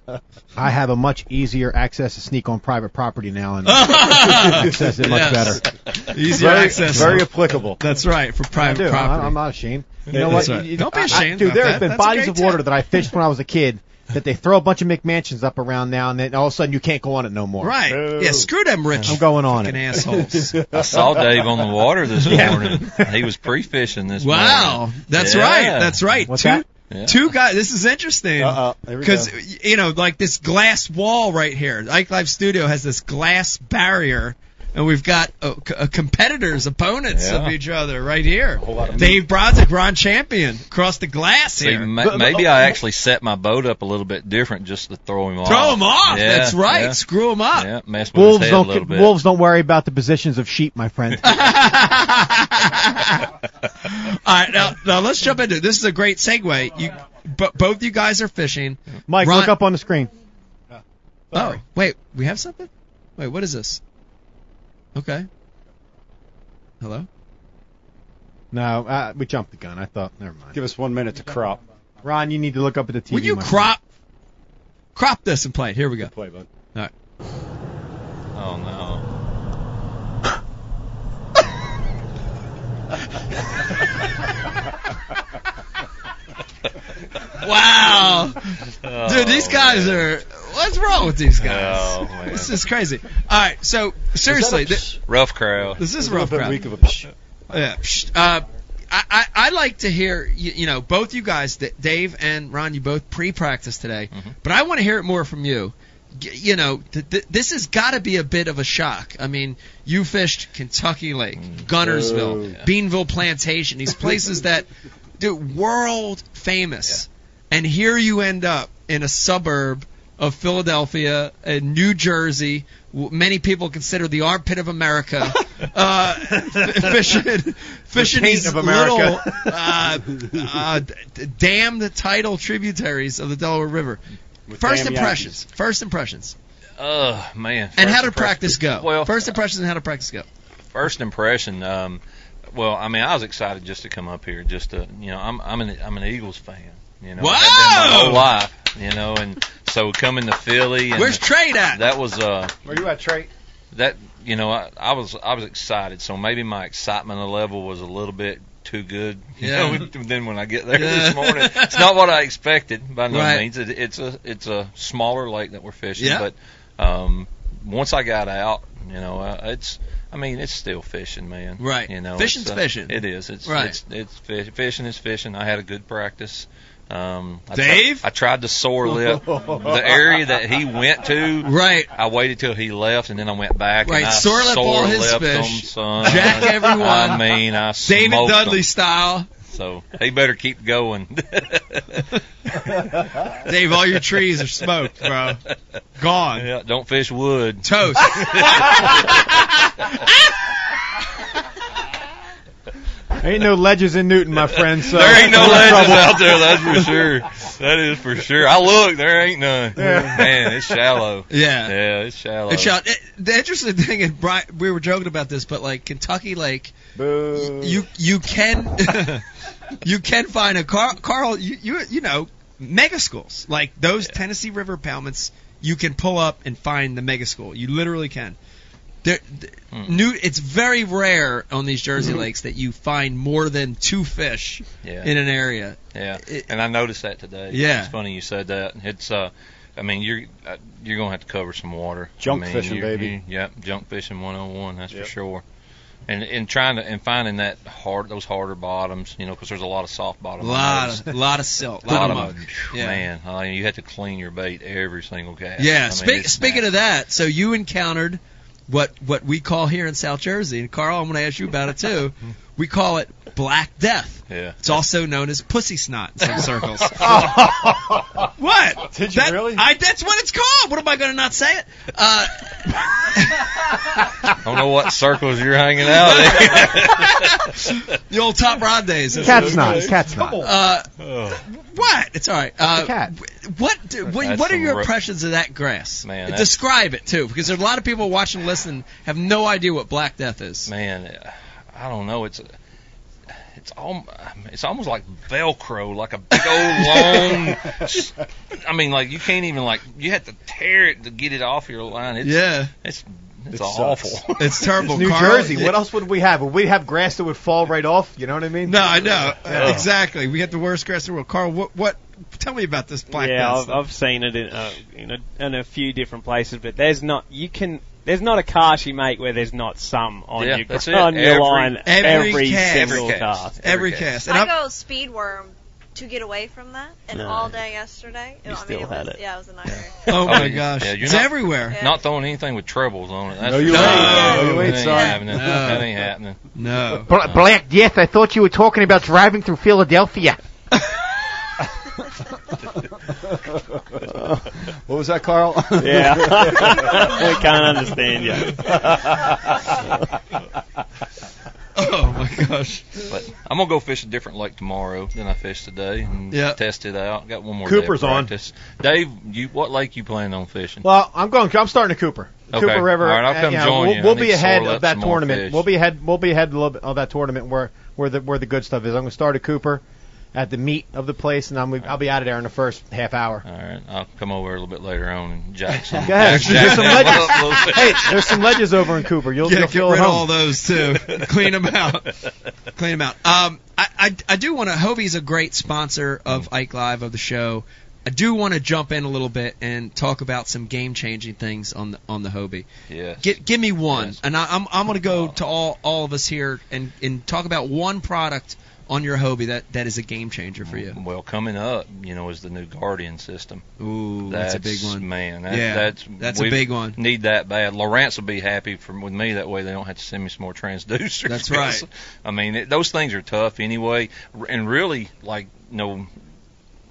D: have a much easier access to sneak on private property now and access it much
A: Yes.
D: better.
A: Easier
B: very,
A: access.
B: very applicable.
A: That's right for
D: I
A: private
D: do. I'm,
A: property.
D: I'm not ashamed. You know what?
A: That's right.
D: You- you-
A: Don't be
D: I- I-
A: ashamed
D: dude,
A: about
D: there
A: that.
D: have been
A: That's a
D: bodies
A: great
D: of water
A: tip.
D: that I fished when I was a kid that they throw a bunch of McMansions up around now and then all of a sudden you can't go on it no more.
A: right. Yeah. Screw them rich.
D: I'm going on
A: fucking
D: it.
A: assholes.
G: I saw Dave on the water this morning. He was pre-fishing this
A: Wow,
G: morning.
A: that's
G: Yeah.
A: right. That's right.
D: What's
A: two
D: that?
G: Yeah.
A: two guys. This is interesting
B: Uh-oh, there we
A: because
B: go.
A: you know, like this glass wall right here. Ike Live Studio has this glass barrier, and we've got uh, c- uh, competitors, opponents
G: Yeah.
A: of each other right here.
B: lot of
A: Dave Brodzik, Ron Champion, across the glass
G: See,
A: here.
G: ma-
B: oh,
G: maybe I actually set my boat up a little bit different just to throw him off.
A: Throw them off.
G: Yeah,
A: that's right.
G: yeah,
A: Screw them up.
G: Yeah, mess with
D: Wolves
G: his head a
D: don't
G: little bit.
D: wolves don't worry about the positions of sheep, my friend.
A: All right, now, now let's jump into it. this. Is a great segue. You, bo- both you guys are fishing.
D: Mike,
A: Ron-
D: look up on the screen.
A: Oh, wait, we have something? Wait, what is this? Okay. Hello?
D: No, uh, we jumped the gun. I thought, never mind.
B: Give us one minute to crop.
D: Ron, you need to look up at the TV.
A: Will you
D: my friend.
A: crop crop this and play it? Here we go.
B: Play, bud.
A: All right.
G: Oh no.
A: Wow, dude, these
G: Oh,
A: guys
G: man.
A: are. What's wrong with these guys?
G: Oh, man.
A: This is crazy. All right, so seriously, thi-
G: rough crowd.
A: this is
B: It's
A: a
B: a little
A: rough
B: bit
A: crowd.
B: weak of a psh.
A: Yeah. psh, Uh, I, I, I'd like to hear, you, you know, both you guys, D- Dave and Ron, you both pre-practice today, but I want to hear it more from you. G- you know, th- th- this has got to be a bit of a shock. I mean, you fished Kentucky Lake, Gunnersville, Beanville Plantation, these places that, dude, world famous, and here you end up in a suburb of Philadelphia, uh, New Jersey. w- Many people consider the armpit of America. uh, f- fishing, fishing
D: taint
A: these
D: of America.
A: little uh, uh, d- d- damned tidal tributaries of the Delaware River. First
B: damn
A: impressions. First impressions.
G: Oh man.
A: And
G: First
A: how did
G: impression-
A: practice go?
G: Well,
A: first impressions and how did practice go?
G: first impression. Um, well, I mean, I was excited just to come up here. Just to, you know, I'm I'm an I'm an Eagles fan. You know, I've been my
A: Whoa!
G: whole life. You know, and so coming to Philly. And
A: Where's Trade at?
G: that was uh
B: Where you at, Trey?
G: that you know I, I was I was excited. So maybe my excitement level was a little bit too good. You
A: Yeah.
G: know, then when I get there
A: Yeah.
G: this morning, it's not what I expected by no
A: Right.
G: means. It, it's a it's a smaller lake that we're fishing,
A: Yeah.
G: but um, once I got out, you know, uh, it's. I mean, it's still fishing, man.
A: Right.
G: You know,
A: Fishing's
G: it's, uh,
A: fishing.
G: It is. It's
A: Right.
G: It's, it's fish, fishing is fishing. I had a good practice. Um, I tri-
A: Dave?
G: I tried to sore lip the area that he went to.
A: Right.
G: I waited till he left, and then I went back.
A: Right,
G: and I
A: sore lip all his
G: sore-lipped
A: fish.
G: him, son.
A: Jack everyone.
G: I mean, I
A: David
G: smoked
A: Dudley
G: 'em.
A: style.
G: So he better keep going.
A: Dave, all your trees are smoked, bro. Gone.
G: Yeah, Don't fish wood.
A: Toast.
D: Ain't no ledges in Newton, my friend. So
G: There ain't no legends out there, that's for sure. That is for sure. I look, there ain't none. Man, it's shallow.
A: Yeah.
G: Yeah, it's shallow.
A: It shall- it- the interesting thing, and Brian, we were joking about this, but like Kentucky Lake,
B: Boo.
A: you you can you can find a Carl, Carl you, you you know mega schools like those Tennessee River impoundments you can pull up and find the mega school you literally can there, th- new it's very rare on these Jersey lakes that you find more than two fish
G: Yeah.
A: in an area
G: Yeah,
A: It-
G: and I noticed that today.
A: Yeah.
G: it's funny you said that. It's uh, I mean you're uh, you're gonna have to cover some water.
B: Junk
G: I mean,
B: fishing,
G: you're-
B: baby.
G: You, yep, junk fishing 101. That's
B: Yep.
G: for sure. And and trying to and finding that hard those harder bottoms, you know, because there's a lot of soft
A: a
G: bottom.
A: lot
G: lakes.
A: of lot of silt lot,
G: lot
A: of
G: of
A: mud.
G: them.
A: Yeah.
G: Man, I mean, you had to clean your bait every single cast. I
A: Yeah.
G: mean,
A: speak,
G: it's
A: speaking of that, so you encountered what what we call here in South Jersey, and Carl, I'm going to ask you about it too. We call it Black Death.
G: Yeah.
A: It's also known as pussy snot in some circles. what?
B: Did you
A: That-
B: really?
A: I, that's what it's called. What am I going to not say it? Uh,
G: I don't know what circles you're hanging out in.
A: the old top rod days.
D: Cat's not. Cat's not.
A: Uh, What? It's all right. Uh,
D: a cat.
A: w- What? do- What,
G: That's
A: what are
G: some
A: your
G: ru-
A: impressions of that grass?
G: Man, that's-
A: Describe it too, because there's a lot of people watching, and listening, have no idea what Black Death is.
G: man, I don't know. It's it's al- it's almost like Velcro, like a big old long. s- I mean, like you can't even like you have to tear it to get it off your line. It's,
A: Yeah,
G: it's it's
B: It sucks.
G: awful.
A: it's terrible.
D: It's New
A: Carl.
D: Jersey. What else would we have? Would we have grass that would fall right off? You know what I mean?
A: No, I know Uh,
G: Yeah.
A: exactly. We got the worst grass in the world. Carl, what? What? Tell me about this Black
C: yeah,
A: Death.
C: I've, I've seen it in, uh, in, a, in a few different places, but there's not you can there's not a cast you make where there's not some on
G: Yeah,
C: your
G: that's it.
C: on your
G: Every-
C: line
A: every cast.
C: single
G: Every cast.
C: cast.
A: every
G: every
A: cast.
G: cast.
A: And
E: I
A: I'm-
E: go speedworm to get away from that, and
C: No.
E: all day yesterday.
C: You
E: I
C: still
E: mean, it
C: had
E: was,
C: it.
E: Yeah, it was a nightmare.
A: oh
G: Oh,
A: my
G: yeah.
A: gosh,
G: Yeah, you're
A: it's
G: not-
A: everywhere.
E: Yeah.
G: Not throwing anything with trebles on it. That's
B: No, you
G: for
B: ain't.
G: sure.
A: No, you
G: That
B: ain't,
G: ain't
B: son.
G: happening.
A: No.
G: That ain't happening.
A: No.
H: Bla- Black Death, I thought you were talking about driving through Philadelphia.
B: What was that, Carl?
C: Yeah, we can't understand you.
A: Oh my gosh.
G: But I'm gonna go fish a different lake tomorrow than I fished today and
A: Yeah.
G: test it out. Got one more
D: Cooper's
G: day of
D: on.
G: practice. Dave, you what lake you planning on fishing?
D: Well, I'm going. I'm starting to Cooper.
G: Okay.
D: Cooper River.
G: All right, I'll
D: uh,
G: come
D: you know,
G: join
D: we'll,
G: you. I
D: We'll
G: need
D: be
G: to
D: ahead
G: soil up
D: of that
G: some more
D: tournament.
G: fish.
D: We'll be ahead. We'll be ahead a little bit of that tournament where where the where the good stuff is. I'm going to start at Cooper, at the meat of the place, and I'm I'll be out of there in the first half hour.
G: All right, I'll come over a little bit later on and jack some.
D: Go ahead.
G: jack- jack
D: There's some
G: them
D: ledges.
G: up a little bit.
D: hey, there's some ledges over in Cooper. You'll,
A: Yeah,
D: you'll
A: get
D: feel
A: rid
D: at
A: of
D: home.
A: all those too. Clean them out. Clean them out. Um, I, I, I do want to. Hobie's a great sponsor of Ike Live of the show. I do want to jump in a little bit and talk about some game changing things on the on the Hobie.
G: Yes.
A: Get, give me one,
G: Yes.
A: and I, I'm I'm going to go to all all of us here and and talk about one product on your Hobie that that is a game changer for you.
G: Well, coming up, you know, is the new Guardian system.
A: Ooh, that's, a big one.
G: man. That,
A: Yeah,
G: that's
A: that's a
G: we
A: big one.
G: Need that bad. Lawrence will be happy from with me. That way, they don't have to send me some more transducers.
A: That's right.
G: I mean, it, those things are tough anyway, R- and really, like, you know,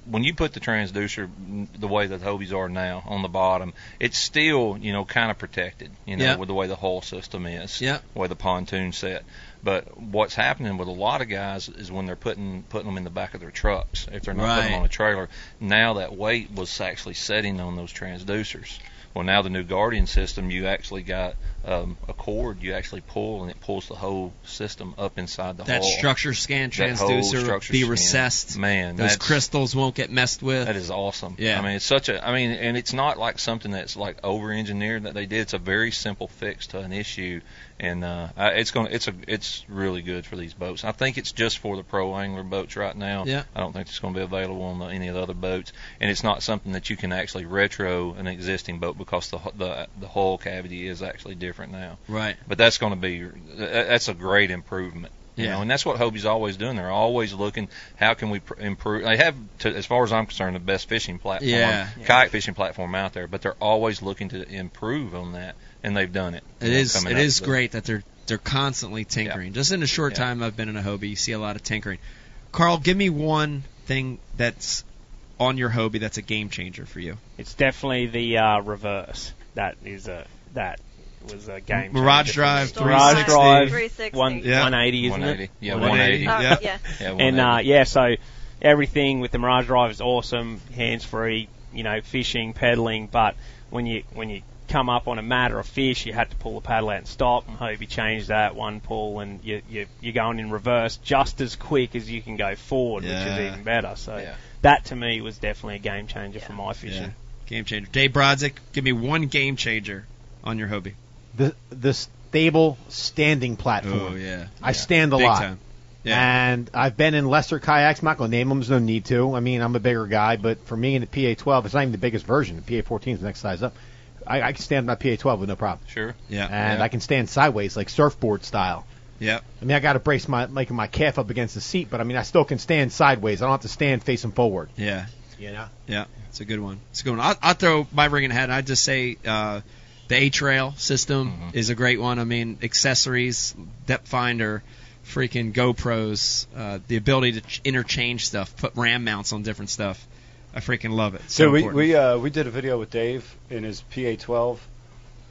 G: when you put the transducer mm, the way that the Hobies are now on the bottom, it's still you know kind of protected. You know,
A: Yeah.
G: with the way the whole system is.
A: Yeah.
G: Where the pontoon set. But what's happening with a lot of guys is when they're putting putting them in the back of their trucks if they're not putting
A: Right.
G: them on a trailer. Now that weight was actually setting on those transducers. Well, now the new Guardian system, you actually got um, a cord you actually pull and it pulls the whole system up inside the
A: That
G: hull.
A: structure scan
G: That whole
A: transducer
G: structure
A: be
G: scan.
A: recessed.
G: Man,
A: Those
G: that's-
A: crystals won't get messed with.
G: that is awesome.
A: Yeah.
G: I mean, it's such a. I mean, and it's not like something that's like over-engineered that they did. It's a very simple fix to an issue, and uh, I, it's going. to It's a. It's really good for these boats. I think it's just for the pro angler boats right now.
A: Yeah.
G: I don't think it's going to be available on the, any of the other boats, and it's not something that you can actually retro an existing boat because the hu- the the hull cavity is actually different now.
A: right.
G: But that's going to be that- that's a great improvement. You
A: Yeah.
G: know, and that's what Hobie's always doing. They're always looking how can we pr- improve. They have, to, as far as I'm concerned, the best fishing platform,
A: Yeah.
G: kayak fishing platform out there. But they're always looking to improve on that, and they've done it.
A: It
G: You know,
A: is.
G: coming
A: It
G: up
A: is
G: with-
A: great that they're they're constantly tinkering. Just in a short
G: Yeah.
A: time I've been in a Hobie, you see a lot of tinkering. Carl, give me one thing that's on your Hobie that's a game changer for you.
C: It's definitely the uh, reverse. That is a that was a game.
A: Mirage
C: changer.
A: Drive,
C: Mirage
A: 360.
C: Drive,
E: 360.
C: one
A: Yeah.
C: one eighty, isn't
G: 180.
C: it?
G: Yeah, 180.
A: 180.
E: Oh,
A: Yeah.
E: yeah.
G: Yeah,
C: And
G: 180.
C: uh, yeah, so everything with the Mirage Drive is awesome, hands free, you know, fishing, pedaling. But when you when you come up on a mat or a fish, you had to pull the paddle out and stop. And Hobie changed that one pull, and you, you you're going in reverse just as quick as you can go forward, which
A: Yeah.
C: is even better. So
G: Yeah.
C: that to me was definitely a game changer for my fishing.
A: Yeah. Game changer. Dave Brodzik, give me one game changer on your Hobie.
D: The the stable standing platform.
A: Oh, yeah.
D: I stand a
A: Big
D: lot.
A: time. Yeah.
D: And I've been in lesser kayaks. I'm not going to name them. There's no need to. I mean, I'm a bigger guy, but for me in the PA12, it's not even the biggest version. The PA14 is the next size up. I, I can stand my PA12 with no problem.
G: Sure.
A: yeah.
D: And
G: Yeah.
D: I can stand sideways, like surfboard style.
A: Yeah.
D: I mean, I got to brace my, making my calf up against the seat, but I mean, I still can stand sideways. I don't have to stand facing forward.
A: Yeah.
D: You know?
A: Yeah, it's a good one. It's a good one. I'll, I'll throw my ring in the hat. and I'd just say uh, the H Rail system is a great one. I mean, accessories, depth finder, freaking GoPros, uh, the ability to ch- interchange stuff, put RAM mounts on different stuff. I freaking love it.
B: So,
A: So,
B: we
A: important.
B: we uh, we did a video with Dave in his PA12,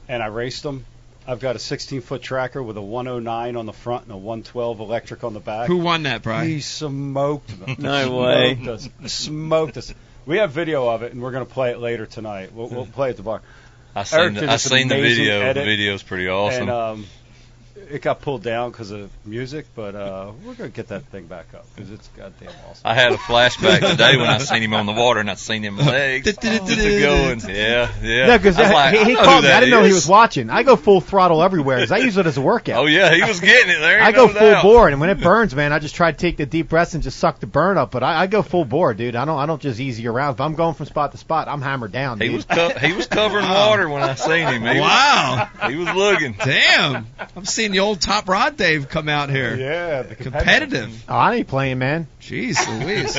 B: and I raced him. I've got a 16 foot tracker with a 109 on the front and a 112 electric on the back.
A: Who won that,
B: He
A: Brian?
B: smoked them.
C: No
B: smoked
C: way.
B: Us. Smoked us. We have video of it, and we're gonna play it later tonight. We'll, we'll play it at the bar.
G: I seen.
B: Eric did
G: The, I
B: this
G: seen the
B: amazing
G: video.
B: edit.
G: The video's pretty awesome.
B: And um, it got pulled down because of music, but uh, we're gonna get that thing back up because it's goddamn awesome.
G: I had a flashback today when I seen him on the water and I seen him legs going. Yeah, yeah.
D: No, because
G: I was like,
D: he,
G: I
D: he
G: know who
D: called me. I
G: that
D: didn't know he
G: is.
D: was watching. I go full throttle everywhere 'cause I use it as a workout.
G: Oh yeah, he was getting it there.
D: I
G: ain't
D: go
G: no
D: full
G: doubt.
D: bore, and when it burns, man, I just try to take the deep breaths and just suck the burn up. But I, I go full bore, dude. I don't, I don't just easy around. If I'm going from spot to spot, I'm hammered down,
G: He
D: dude.
G: was co- he was covering water when I seen him. He
A: Wow.
G: was, he was looking.
A: Damn. I'm seeing the old Top Rod Dave come out here.
B: Yeah, the
A: Competitive.
D: oh, I ain't playing, man.
A: Jeez Louise.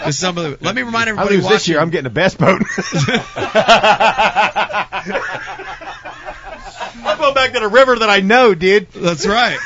A: 'Cause some of the- let me remind
D: I
A: everybody
D: lose
A: watching.
D: this year. I'm getting a best boat. I'm going back to the river that I know, dude.
A: That's right.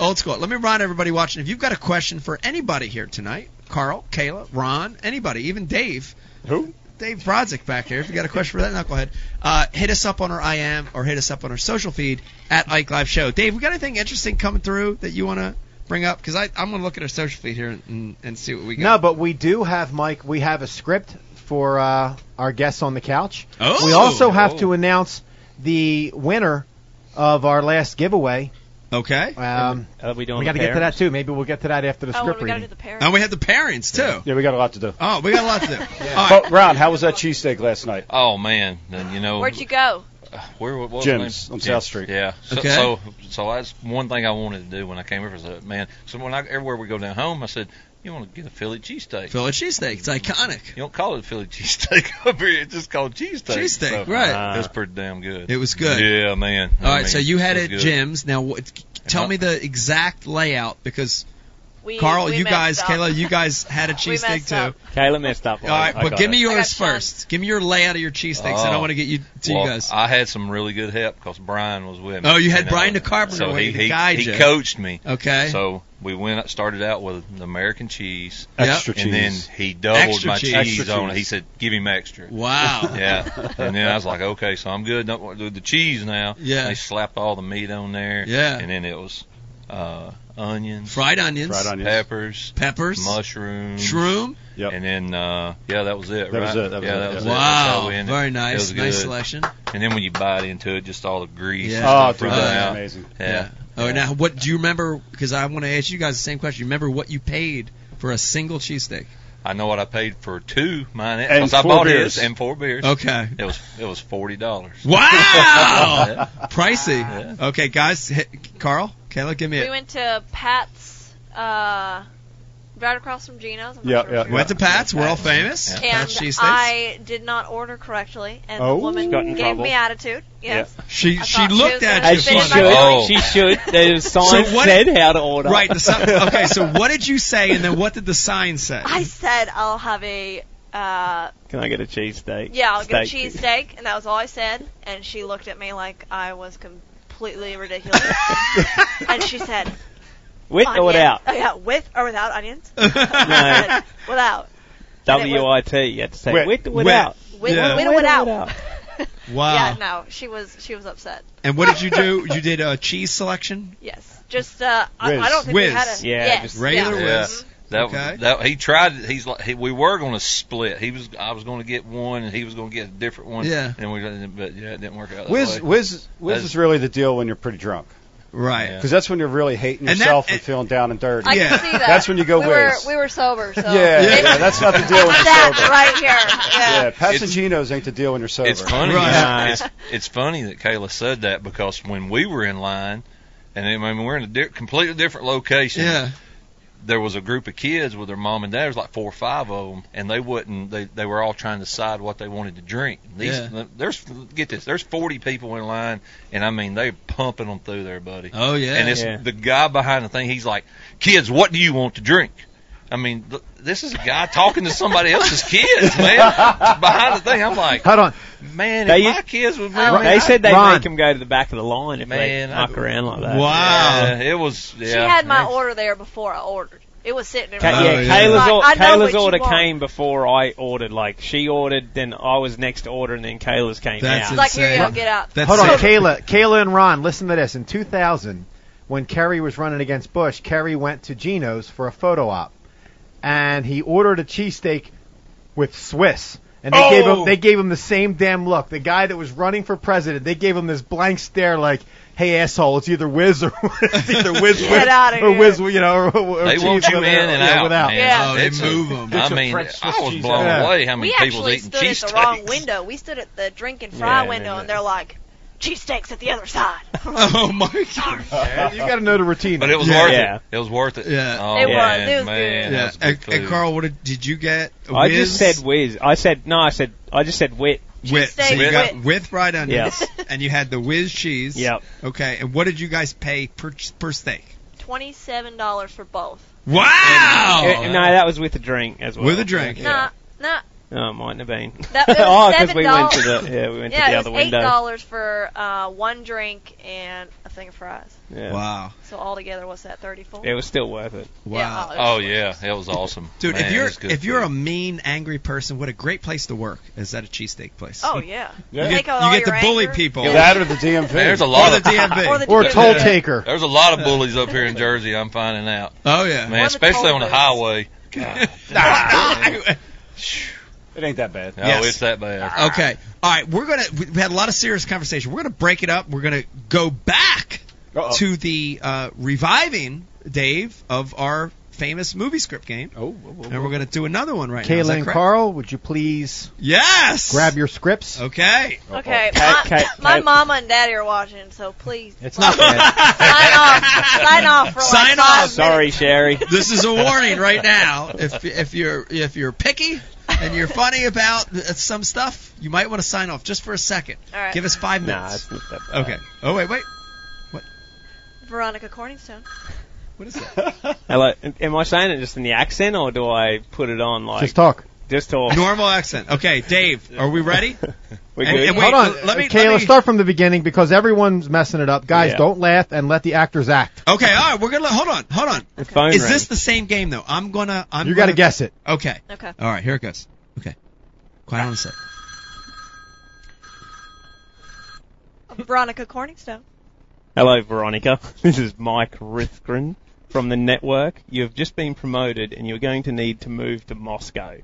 A: Old school. Let me remind everybody watching if you've got a question for anybody here tonight Carl, Kayla, Ron, anybody, even Dave.
D: Who?
A: Dave Brodzik back here. If you got a question for that knucklehead, uh, hit us up on our IM or hit us up on our social feed at Ike Live Show. Dave, we got anything interesting coming through that you want to bring up? Because I'm going to look at our social feed here and, and see what we
D: No,
A: got.
D: but we do have Mike. We have a script for uh, our guests on the couch.
A: Oh!
D: we also have
G: Oh.
D: to announce the winner of our last giveaway,
A: Okay.
D: Um,
C: Are we doing
D: we got to
C: the
D: get to that
C: parents?
D: too. Maybe we'll get to that after the
E: Oh, well,
D: script
E: we gotta do
D: reading.
E: the parents.
A: And we had the parents too.
B: Yeah, we got a lot to do.
A: Oh, we got a lot to do. All right.
B: But Ron, how was that cheesesteak last night?
G: Oh man, then you know
E: Where'd you go?
G: where what was
B: Jim's
G: it?
B: on
G: yeah,
B: South Street.
G: Yeah. So,
A: Okay.
G: so so that's one thing I wanted to do when I came over. Is that, man, so when I everywhere we go down home, I said you want to get a Philly cheesesteak.
A: Philly cheesesteak. It's iconic.
G: you don't call it a Philly cheesesteak up here. It's just called cheesesteak.
A: Cheesesteak,
G: So,
A: right.
C: Ah.
G: It was pretty damn good.
A: It was good.
G: Yeah, man.
A: All right, so you had
G: it
A: it at Jim's. Now, what, tell
G: Uh-huh.
A: me the exact layout because
E: We,
A: Carl,
E: we
A: you guys,
E: messed up.
A: Kayla, you guys had a
E: We
A: cheesesteak
E: messed
A: too.
E: up.
C: Kayla messed up.
A: All right,
C: I
A: but
C: got
A: give me
C: it.
A: yours
E: I got
A: first. Give me your layout of your cheesesteaks. and I
G: Oh.
A: want to get you to
G: well,
A: you guys.
G: I had some really good help because Brian was with me. uh,
A: Oh, you had Brian the Carpenter
G: so
A: with
G: he,
A: you to
G: he,
A: guide
G: he
A: you.
G: coached me.
A: okay.
G: So we went started out with the American cheese,
A: Yep.
B: Extra cheese.
G: and then he doubled
A: Extra
G: my
A: cheese.
G: cheese,
B: Extra
G: on it.
B: cheese.
G: He said, "Give him extra."
A: wow.
G: Yeah, and then I was like, "Okay, so I'm good. Don't want to do the cheese now."
A: Yeah.
G: they slapped all the meat on there.
A: Yeah.
G: and then it was uh, onions,
A: Fried onions,
B: Fried onions.
G: peppers,
A: peppers,
G: mushrooms,
A: shroom.
B: Yep.
G: and then uh, yeah, that was it.
B: That
G: right?
B: was it, that was
G: yeah,
B: it,
G: that was it. That's
B: yeah.
G: how
A: Wow.
G: we ended. It
A: Very
G: was
A: nice.
G: good.
A: Nice selection.
G: And then when you bite into it, just all the grease.
A: Yeah.
G: and
B: Oh,
G: stuff
B: dude,
G: running
B: that
G: out.
B: was amazing.
G: Yeah.
A: Oh, now what do you remember? Because I want to ask you guys the same question. You remember what you paid for a single cheesesteak?
G: I know what I paid for two mine
B: And
G: because I
B: four
G: bought
B: beers.
G: his and four beers.
A: Okay.
G: It was it was forty dollars.
A: Wow.
G: Yeah.
A: Pricey.
G: Yeah.
A: Okay, guys. Hit, Carl, Kayla, give me
E: We
A: it.
E: went to Pat's, uh, right across from Gino's. I'm not
B: Yeah,
E: sure which
B: yeah, yeah.
E: one.
A: Went to Pat's. We're all famous.
G: Yeah.
E: And
A: Pat's cheesesteaks.
E: I did not order correctly, and
B: Oh.
E: the woman
C: Got in
E: gave
C: trouble.
E: me attitude. Yes.
A: she
E: I
A: she
E: thought she
A: looked
E: was
A: at
E: gonna
A: you.
C: As she
A: funny.
E: finish my plate.
C: should. She should. The sign
A: So what-
C: said how to order.
A: Right. The sign, okay. So what did you say, and then what did the sign say?
E: I said I'll have a, uh,
C: Can I get a cheesesteak?
E: yeah, I'll get a
C: Steak.
E: cheesesteak, and that was all I said. And she looked at me like I was completely ridiculous. and she said,
C: With or
E: "Onion-
C: without?
E: Oh, yeah, with or without onions? I
C: No.
E: said, without.
C: W I T. You had to say
B: Wet.
C: with or
A: Wet.
C: without.
E: With,
A: Yeah.
E: with
C: With
E: or
C: or
E: without.
C: without.
A: wow.
E: yeah, no, she was she was upset.
A: And what did you do? You did a cheese selection.
E: Yes, just uh, I,
B: Whiz.
E: I don't think
A: Whiz.
E: we had a
C: Yeah,
E: yes,
C: just
A: Regular
G: Yeah.
A: whiz.
G: That
A: Okay.
G: was that he tried. He's like he, we were going to split. He was I was going to get one and he was going to get a different one.
A: Yeah.
G: And we but yeah, it didn't work out. That
B: Whiz,
G: way.
B: whiz, whiz
G: That's-
B: is really the deal when you're pretty drunk,
A: Right.
G: Yeah.
B: because that's when you're really hating
A: And that-
B: yourself and
A: and-
B: feeling down and dirty.
E: I
A: Yeah.
E: can see that.
B: That's when you go
E: we were,
B: whiz.
E: we were sober, so
B: yeah,
A: Yeah.
B: yeah, that's not the deal when you're
E: that
B: sober.
E: right here. Yeah.
B: Yeah,
G: It's-
B: Passaginos ain't the deal when you're sober.
G: It's funny.
A: Right.
G: that- It's, it's funny that Kayla said that because when we were in line, and I mean we're in a di- completely different location.
A: Yeah.
G: There was a group of kids with their mom and dad. There was like four or five of them, and they wouldn't. They they were all trying to decide what they wanted to drink. These
A: Yeah.
G: there's get this. There's 40 people in line, and I mean they're pumping them through there, buddy.
A: Oh yeah.
G: and it's
C: Yeah.
G: the guy behind the thing. He's like, "Kids, what do you want to drink?" I mean, th- this is a guy talking to somebody else's kids, man, behind the thing. I'm like,
D: Hold on.
G: man,
C: They
G: if my
C: used-
G: kids would
E: Oh,
G: man,
C: They said they
D: Ron.
C: make him go to the back of the line if
G: Man,
C: they
G: I-
C: muck around like that.
A: Wow.
G: yeah, it was. Yeah,
E: She had my
G: Yeah.
E: order there before I ordered. It was sitting in
C: Ka-
A: Oh,
E: front
C: yeah,
E: of me.
A: yeah.
C: Kayla's,
E: Like,
C: or-
E: I know what
C: Kayla's
E: you
C: order
E: want.
C: came before I ordered. Like she ordered, then I was next to order, and then Kayla's came
A: That's
C: out.
E: Like here you go,
A: Insane.
E: get out.
A: That's
D: Hold on,
A: it.
D: Kayla. Kayla and Ron, listen to this. In 2000, when Kerry was running against Bush, Kerry went to Geno's for a photo op, and he ordered a cheesesteak with Swiss. And they gave
G: Oh!
D: him they gave him the same damn look. The guy that was running for president, they gave him this blank stare, like, "Hey asshole, it's either whiz or it's either whiz
E: Get
D: with
E: outta
D: or
E: here.
D: whiz, you know, or, or
G: They
D: cheese
G: want you
D: with-
G: in and
D: yeah,
G: out,
D: without."
G: man.
E: Yeah.
A: Oh, they
G: It's a-
A: move 'em.
G: I
D: It's a
G: mean,
D: French Swiss
G: I was
D: cheese
G: blown
D: sandwich.
G: away how many
E: We
G: people's
E: actually
G: eating
E: stood at
G: cheese
E: the wrong
G: steaks.
E: window. We stood at the drink and fry
C: Yeah,
E: window,
C: yeah.
E: and they're like, cheesesteaks at the other side.
A: Oh my god.
D: You got to know the routine.
G: But it was
A: Yeah.
G: worth
C: Yeah.
G: it. It was worth it.
A: Yeah.
G: Oh,
E: It was.
G: man,
E: It was
G: man,
E: good.
G: that
A: Yeah.
G: was good
A: And, and
G: food.
A: Carl, what did, did you get?
C: I
A: Whiz?
C: just said whiz. I said no. I said I just said wit.
A: with. So
E: Cheesesteak
A: you got
E: with-
A: with fried onions,
C: Yes.
A: and you had the whiz cheese.
C: Yep.
A: Okay. And what did you guys pay per per steak?
E: Twenty-seven dollars for both.
A: Wow.
C: Uh, no, that was with a drink as well.
A: With a drink.
E: Nah, nah.
C: No, Oh, it mightn't have been.
E: That- it was
C: oh, because we
E: $7.
C: went to the yeah, we went
E: Yeah,
C: to the
E: it
C: other
E: was eight
C: window.
E: dollars for uh, one drink and a thing of fries.
C: Yeah.
A: Wow.
E: So altogether, what's that? Thirty-four.
C: It was still worth it.
A: Wow.
E: Yeah,
G: Oh yeah, it was awesome,
A: Dude,
G: Man,
A: if
G: it
A: you're
G: was good
A: if you're
G: food.
A: a mean, angry person, what a great place to work is that a cheesesteak place.
E: Oh yeah.
B: Yeah.
A: you
E: Take
A: get,
E: out
A: you
E: all
A: get to
E: your
A: bully
E: anger.
A: people.
B: that or the DMV.
G: There's a
A: or
G: lot
A: the
G: of
A: DMV.
E: Or the
D: or a toll
E: Yeah.
D: taker.
G: there's a lot of bullies up here in Jersey. I'm finding out,
A: oh yeah.
G: man,
E: the
G: especially
E: toll
G: on the
E: booths.
G: highway.
A: Ah!
B: It ain't that bad.
G: Oh,
A: Yes.
G: it's that bad.
A: okay. All right. We're gonna. We we had a lot of serious conversation. We're gonna break it up. We're gonna go back
B: Uh-oh.
A: to the uh, reviving Dave of our famous movie script game,
B: Oh, whoa, whoa,
A: and we're going to do another one right now. Is that
D: Kayla and
A: correct?
D: Carl, would you please
A: Yes.
D: grab your scripts?
A: Okay.
E: Okay,
C: Cat-
E: my,
C: cat-
E: my
C: cat-
E: mama and daddy are watching, so please
D: It's not bad.
E: sign off. Sign off for like
A: Sign
E: five
A: off.
E: minutes.
C: Sorry, Sherry.
A: this is a warning right now. If if you're if you're picky and you're funny about some stuff, you might want to sign off just for a second.
E: All right.
A: Give us five
C: Nah,
A: minutes.
C: it's not that bad.
A: okay. Oh wait, wait.
E: Veronica Corningstone.
A: What is that?
C: Hello. Am I saying it just in the accent, or do I put it on like
D: Just talk.
C: just talk?
A: Normal accent. Okay, Dave, are we ready?
C: We
A: And-
C: good?
A: and we- Wait,
D: Hold on,
A: l- let me-
D: Kayla.
A: let me-
D: Start from the beginning because everyone's messing it up. Guys,
C: Yeah.
D: don't laugh and let the actors act.
A: Okay, all right, we're gonna hold on, hold on.
C: The phone
A: Is
C: rang.
A: this the same game though? I'm gonna. I'm
D: You got to
A: gonna-
D: guess it.
A: Okay.
E: Okay.
A: All right, here it goes. Okay. Quiet on a sec.
E: Veronica Corningstone.
C: Hello, Veronica. This is Mike Rithgren from the network. You have just been promoted and you're going to need to move to Moscow.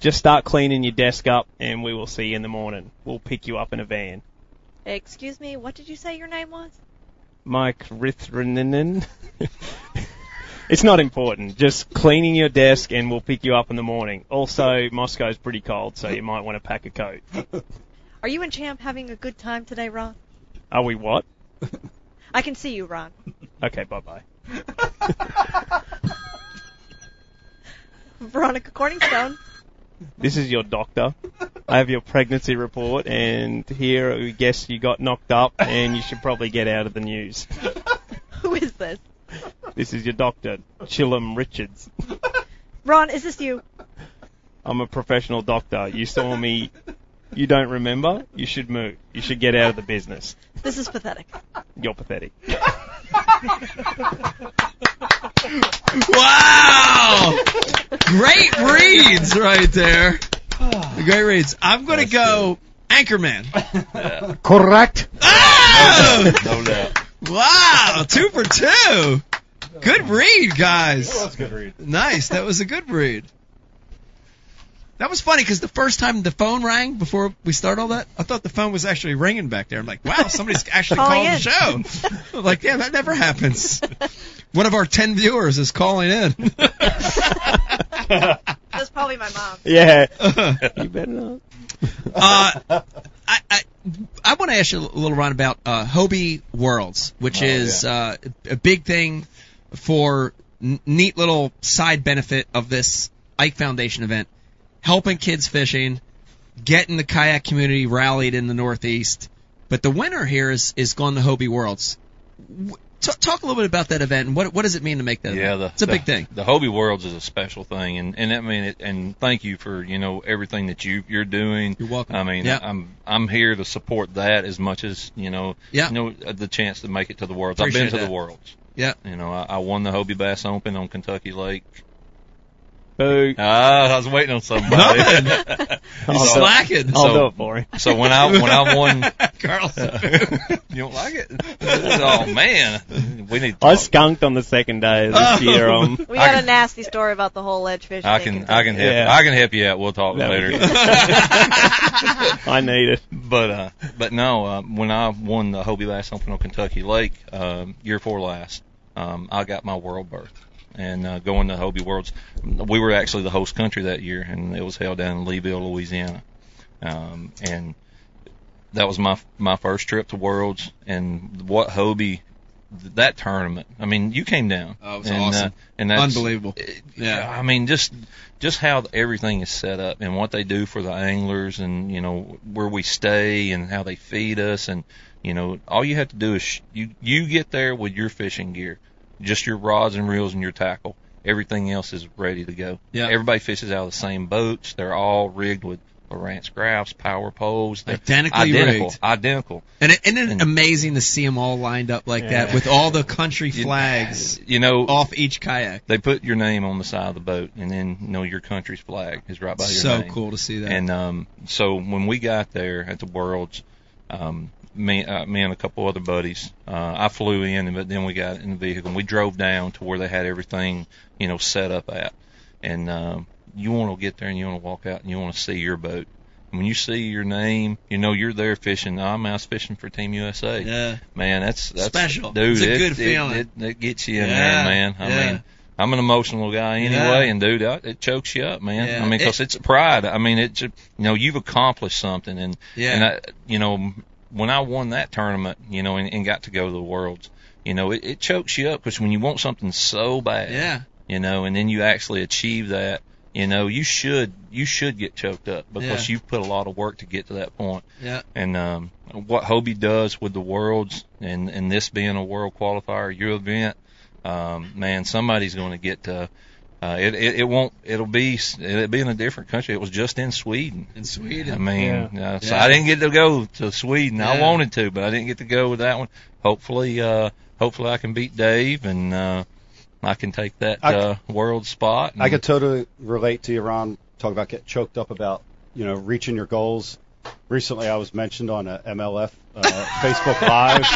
C: Just start cleaning your desk up and we will see you in the morning. We'll pick you up in a van.
E: Excuse me, what did you say your name was?
C: Mike Rithgren. it's not important. Just cleaning your desk and we'll pick you up in the morning. Also, Moscow's pretty cold, so you might want to pack a coat.
E: Are you and Champ having a good time today, Ron?
C: Are we what?
E: I can see you, Ron.
C: Okay, bye bye.
E: Veronica Corningstone.
C: This is your doctor. I have your pregnancy report, and here we guess you got knocked up, and you should probably get out of the news.
E: Who is this?
C: This is your doctor, Chillum Richards.
E: Ron, is this you?
C: I'm a professional doctor. You saw me. You don't remember? You should move. You should get out of the business.
E: This is pathetic.
C: You're pathetic.
A: Wow! Great reads right there. Great reads. I'm gonna go Anchorman.
D: Correct.
A: Oh!
G: No doubt.
A: Wow, two for two. Good read,
B: Well,
A: guys.
B: that's a good read.
A: Nice. That was a good read. That was funny because the first time the phone rang before we start all that, I thought the phone was actually ringing back there. I'm like, wow, somebody's actually
C: Oh,
E: Calling
A: calling the show. I'm like, damn, that never happens. One of our ten viewers is calling in.
E: That's probably my mom.
C: Yeah. You better not.
A: uh, I, I, I want to ask you a little, Ron, about uh, Hobie Worlds,
G: Oh,
A: which is uh, a big thing for n- neat little side benefit of this Ike Foundation event, helping kids fishing, getting the kayak community rallied in the Northeast. But the winner here is is gone to Hobie Worlds. W- T- talk a little bit about that event and what what does it mean to make that
G: Yeah,
A: event?
G: the,
A: it's a
G: the-
A: big thing.
G: The Hobie Worlds is a special thing, and and I mean, it, and thank you for you know everything that you you're doing.
A: You're welcome.
G: I mean,
A: Yeah.
G: I'm I'm here to support that as much as you know,
A: Yeah.
G: you know uh, the chance to make it to the Worlds. I've
A: Appreciate
G: been to
A: that.
G: the Worlds.
A: Yeah.
G: You know, I, I won the Hobie Bass Open on Kentucky Lake.
C: Boo.
G: Ah, I was waiting on somebody.
C: I'll, do it.
A: Slacking.
C: I'll
G: So-
C: do it for him.
G: so when I when I won,
A: Carl.
G: you don't like it? oh man, we need. To
C: I
G: talk.
C: skunked on the second day of this year. Um,
E: We
G: I
E: got a
G: can-
E: nasty story about the whole ledge fishing.
G: I
E: thing in
G: can I can help
C: Yeah.
G: I can help you out. We'll talk
C: That would
G: later.
C: I need it.
G: But uh, but no, uh, when I won the Hobie Bass Open on Kentucky Lake um, year four last, um, I got my world berth. And uh, going to Hobie Worlds, we were actually the host country that year, and it was held down in Leeville, Louisiana. Um, and that was my my first trip to Worlds, and what Hobie that tournament. I mean, you came down.
A: Oh, it was
G: and, uh,
A: awesome.
G: and that's
A: Unbelievable.
G: yeah, I mean just just how everything is set up and what they do for the anglers and you know where we stay and how they feed us and you know all you have to do is sh- you you get there with your fishing gear, just your rods and reels and your tackle. Everything else is ready to go.
A: Yeah.
G: Everybody fishes out of the same boats. They're all rigged with Lowrance graphs, power poles. They're
A: Identically
G: identical.
A: rigged.
G: Identical.
A: And it, isn't it
G: And-
A: amazing to see them all lined up like that with all the country flags
G: You know,
A: off each kayak?
G: they put your name on the side of the boat, and then you know your country's flag is right by your
A: So
G: name.
A: cool to see that.
G: And um, so when we got there at the Worlds, um, me, uh, me and a couple other buddies, uh, I flew in, but then we got in the vehicle and we drove down to where they had everything, you know, set up at. And um, you want to get there and you want to walk out and you want to see your boat. When you see your name, you know you're there fishing. I'm out fishing for Team USA.
A: Yeah.
G: Man, that's that's
A: Special.
G: dude.
A: It's a
G: it,
A: good
G: it-
A: feeling.
G: It, it, gets you in
A: Yeah,
G: there, man. I
A: yeah.
G: mean, I'm an emotional guy anyway, and dude, I, it chokes you up, man.
A: Yeah.
G: I mean, because
A: It-
G: it's pride. I mean, it just you know you've accomplished something, and
A: Yeah.
G: and I, you know, when I won that tournament, you know, and, and got to go to the worlds, you know, it, it chokes you up because when you want something so bad,
A: Yeah.
G: you know, and then you actually achieve that, you know, you should you should get choked up because
A: Yeah.
G: you've put a lot of work to get to that point.
A: Yeah.
G: And um, what Hobie does with the worlds, and and this being a world qualifier, your event, um, man, somebody's going to get to. Uh, it, it it won't it'll be it'll be in a different country. It was just in Sweden.
A: In
G: I
A: Sweden.
G: mean,
C: Yeah.
G: uh, so
A: Yeah.
G: I didn't get to go to Sweden.
A: Yeah.
G: I wanted to, but I didn't get to go with that one. Hopefully, uh, hopefully I can beat Dave and uh, I can take that
B: I-
G: uh, world spot. And,
B: I could totally relate to you, Ron. Talk about getting choked up about you know reaching your goals. Recently, I was mentioned on a MLF uh, Facebook Live,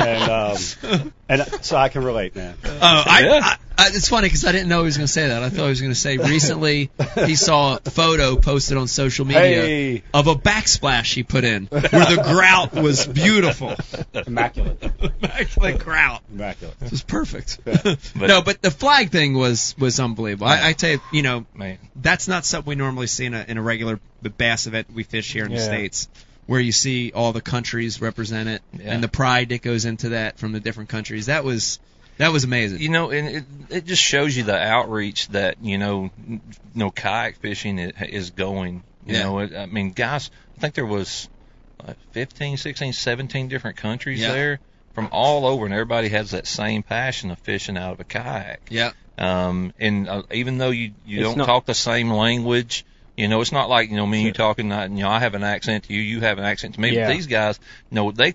B: and um, and so I can relate, man.
A: Oh, I,
G: Yeah.
A: I, I, it's funny because I didn't know he was going to say that. I thought he was going to say recently he saw a photo posted on social media
B: Hey.
A: of a backsplash he put in where the grout was beautiful.
B: Immaculate,
A: Immaculate grout.
B: immaculate.
A: It was perfect.
G: But-
A: no, but the flag thing was was unbelievable. I, I tell you, you know,
G: man,
A: that's not something we normally see in a, in a regular bass event we fish here in the
C: Yeah.
A: states, where you see all the countries represented
G: Yeah.
A: and the pride that goes into that from the different countries. That was that was amazing.
G: you know, and it, it just shows you the outreach that you know, you know, kayak fishing is, is going. You
A: Yeah.
G: know, it, I mean, guys, I think there was uh, 15, 16, 17 different countries
A: Yeah.
G: there from all over, and everybody has that same passion of fishing out of a kayak.
A: yeah,
G: Um, and uh, even though you, you
C: It's
G: don't
C: not-
G: talk the same language, you know, it's not like, you know, me and you talking, uh, you know, I have an accent to you, you have an accent to me.
C: Yeah.
G: But these guys, no, they,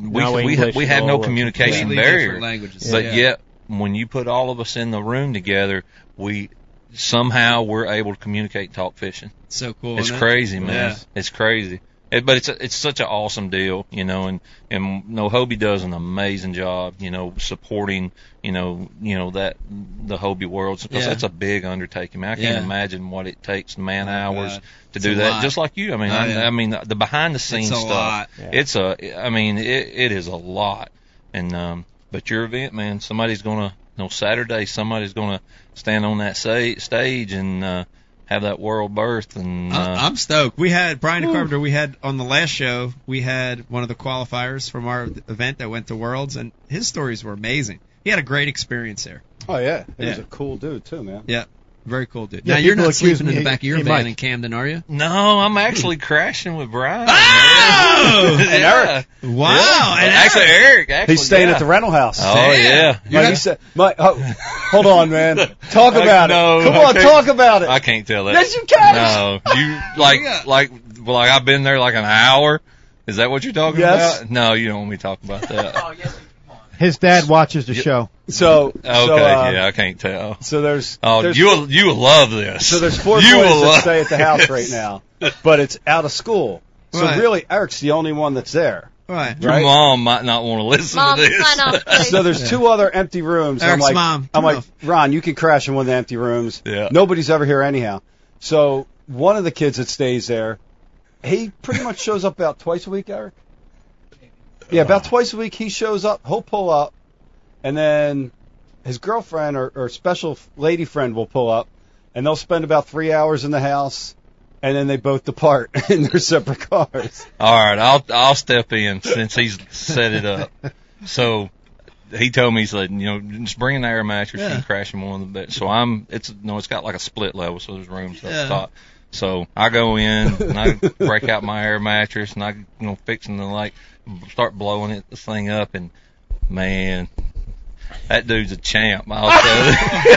G: we,
C: No
G: we,
C: English
G: we
C: at
G: had
C: all
G: no
C: or
G: communication
A: Completely
G: barrier.
A: different languages.
G: But
A: yeah.
G: yet, when you put all of us in the room together, we somehow we're able to communicate and talk fishing.
A: It's so cool.
G: It's
A: isn't it?
G: crazy, man.
A: Yeah.
G: It's crazy. It, but it's a, it's such an awesome deal, you know, and and you know, Hobie does an amazing job, you know, supporting, you know, you know that the Hobie world because
A: Yeah.
G: that's a big undertaking. I, mean, I
A: Yeah.
G: can't imagine what it takes man hours
A: God.
G: to
A: It's a
G: do that.
A: lot.
G: Just like you, I mean,
A: Oh,
G: I,
A: yeah.
G: I mean the behind the scenes
A: It's a
G: stuff.
A: lot.
C: Yeah.
G: It's a, I mean, it it is a lot, and um, but your event, man, somebody's gonna, you know, Saturday, somebody's gonna stand on that sa- stage and uh, have that world birth and. uh,
A: I- I'm stoked. We had Brian Carpenter. We had on the last show. We had one of the qualifiers from our event that went to Worlds, and his stories were amazing. He had a great experience there.
B: Oh yeah, he was
A: Yeah.
B: a cool dude too, man.
A: Yeah, very cool dude.
D: Yeah,
A: now you're
D: people
A: not
D: accuse
A: sleeping in
D: me-
A: the back of your
D: hey,
A: van
D: Mike.
A: in Camden, are you?
G: No, I'm actually crashing with Brian.
A: Oh!
G: Yeah.
B: And Eric.
A: Wow.
G: Yeah.
A: and
G: actually,
A: Eric-
G: Eric. Actually,
B: He's staying
G: yeah.
B: at the rental house.
G: Oh
A: Damn.
G: yeah.
A: You
B: Mike,
A: got-
B: he said, Mike, oh, hold on, man. Talk
G: I-
B: about
G: no,
B: it. Come
G: I
B: on,
G: can't-
B: talk about it.
G: I can't tell that.
B: Yes, you can.
G: No, you like
A: Yeah.
G: like well, like I've been there like an hour. Is that what you're talking
B: Yes.
G: about? No, you don't want me to talk about
A: Oh,
G: that.
D: His dad watches the show.
B: So,
G: Okay,
B: so, uh,
G: yeah, I can't tell.
B: So there's
G: Oh,
B: there's
G: you will you will love this.
B: So there's four
G: you
B: boys
G: will
B: that
G: love
B: stay at the house
G: this.
B: right now, but it's out of school. So
A: Right.
B: really, Eric's the only one that's there.
A: Right.
G: Your
B: right?
G: mom might not want to listen
E: Mom,
G: to this.
E: sign off, please.
B: So there's two other empty rooms. I'm
A: Eric's
B: like,
A: mom.
B: I'm like,
A: Turn
B: Ron, you can crash in one of the empty rooms.
G: Yeah.
B: Nobody's ever here anyhow. So one of the kids that stays there, he pretty much shows up about twice a week, Eric. Yeah, about twice a week he shows up. He'll pull up, and then his girlfriend or, or special lady friend will pull up, and they'll spend about three hours in the house, and then they both depart in their separate cars.
G: All right, I'll I'll step in since he's set it up. So he told me he said, you know, just bring an air mattress
A: Yeah.
G: and crash in one of the beds. So I'm it's no, it's got like a split level, so there's rooms up
A: Yeah.
G: top. So I go in and I break out my air mattress and I you know fixing to like start blowing it this thing up and man. That dude's a champ. I'll tell you.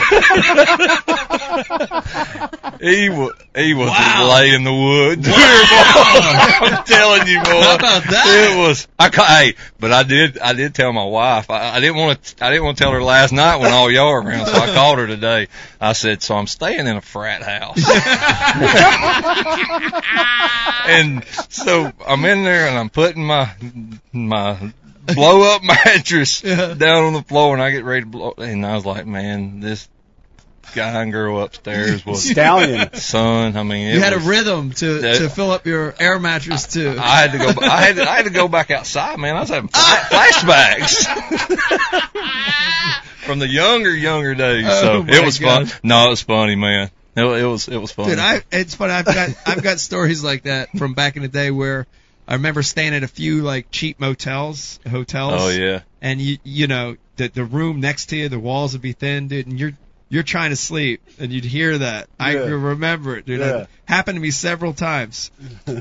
G: he was he was laying the wood. I'm telling you, boy.
A: How about that?
G: It was. I ca- hey, but I did. I did tell my wife. I, I didn't want to. I didn't want to tell her last night when all y'all were around. So I called her today. I said, "So I'm staying in a frat house." Uh, and so I'm in there and I'm putting my my blow up mattress
A: Yeah.
G: down on the floor and I get ready to blow. And I was like, "Man, this guy and girl upstairs was
B: Stallion.
G: son. I mean, it
A: You had a
G: was-
A: rhythm to,
G: that-
A: to fill up your air mattress too.
G: I had to go. I had, I had to go back outside, man. I was having
A: Ah!
G: fla- flashbacks from the younger, younger days.
A: Oh,
G: so
A: my
G: it was
A: God.
G: fun. No, it was funny, man. It, wa- it was it was funny.
A: Dude, I, it's funny. I've got I've got stories like that from back in the day where I remember staying at a few like cheap motels, hotels.
G: oh yeah,
A: And you you know the the room next to you, the walls would be thin, dude, and you're you're trying to sleep and you'd hear that. I
B: Yeah.
A: remember it, dude.
B: Yeah.
A: It happened to me several times.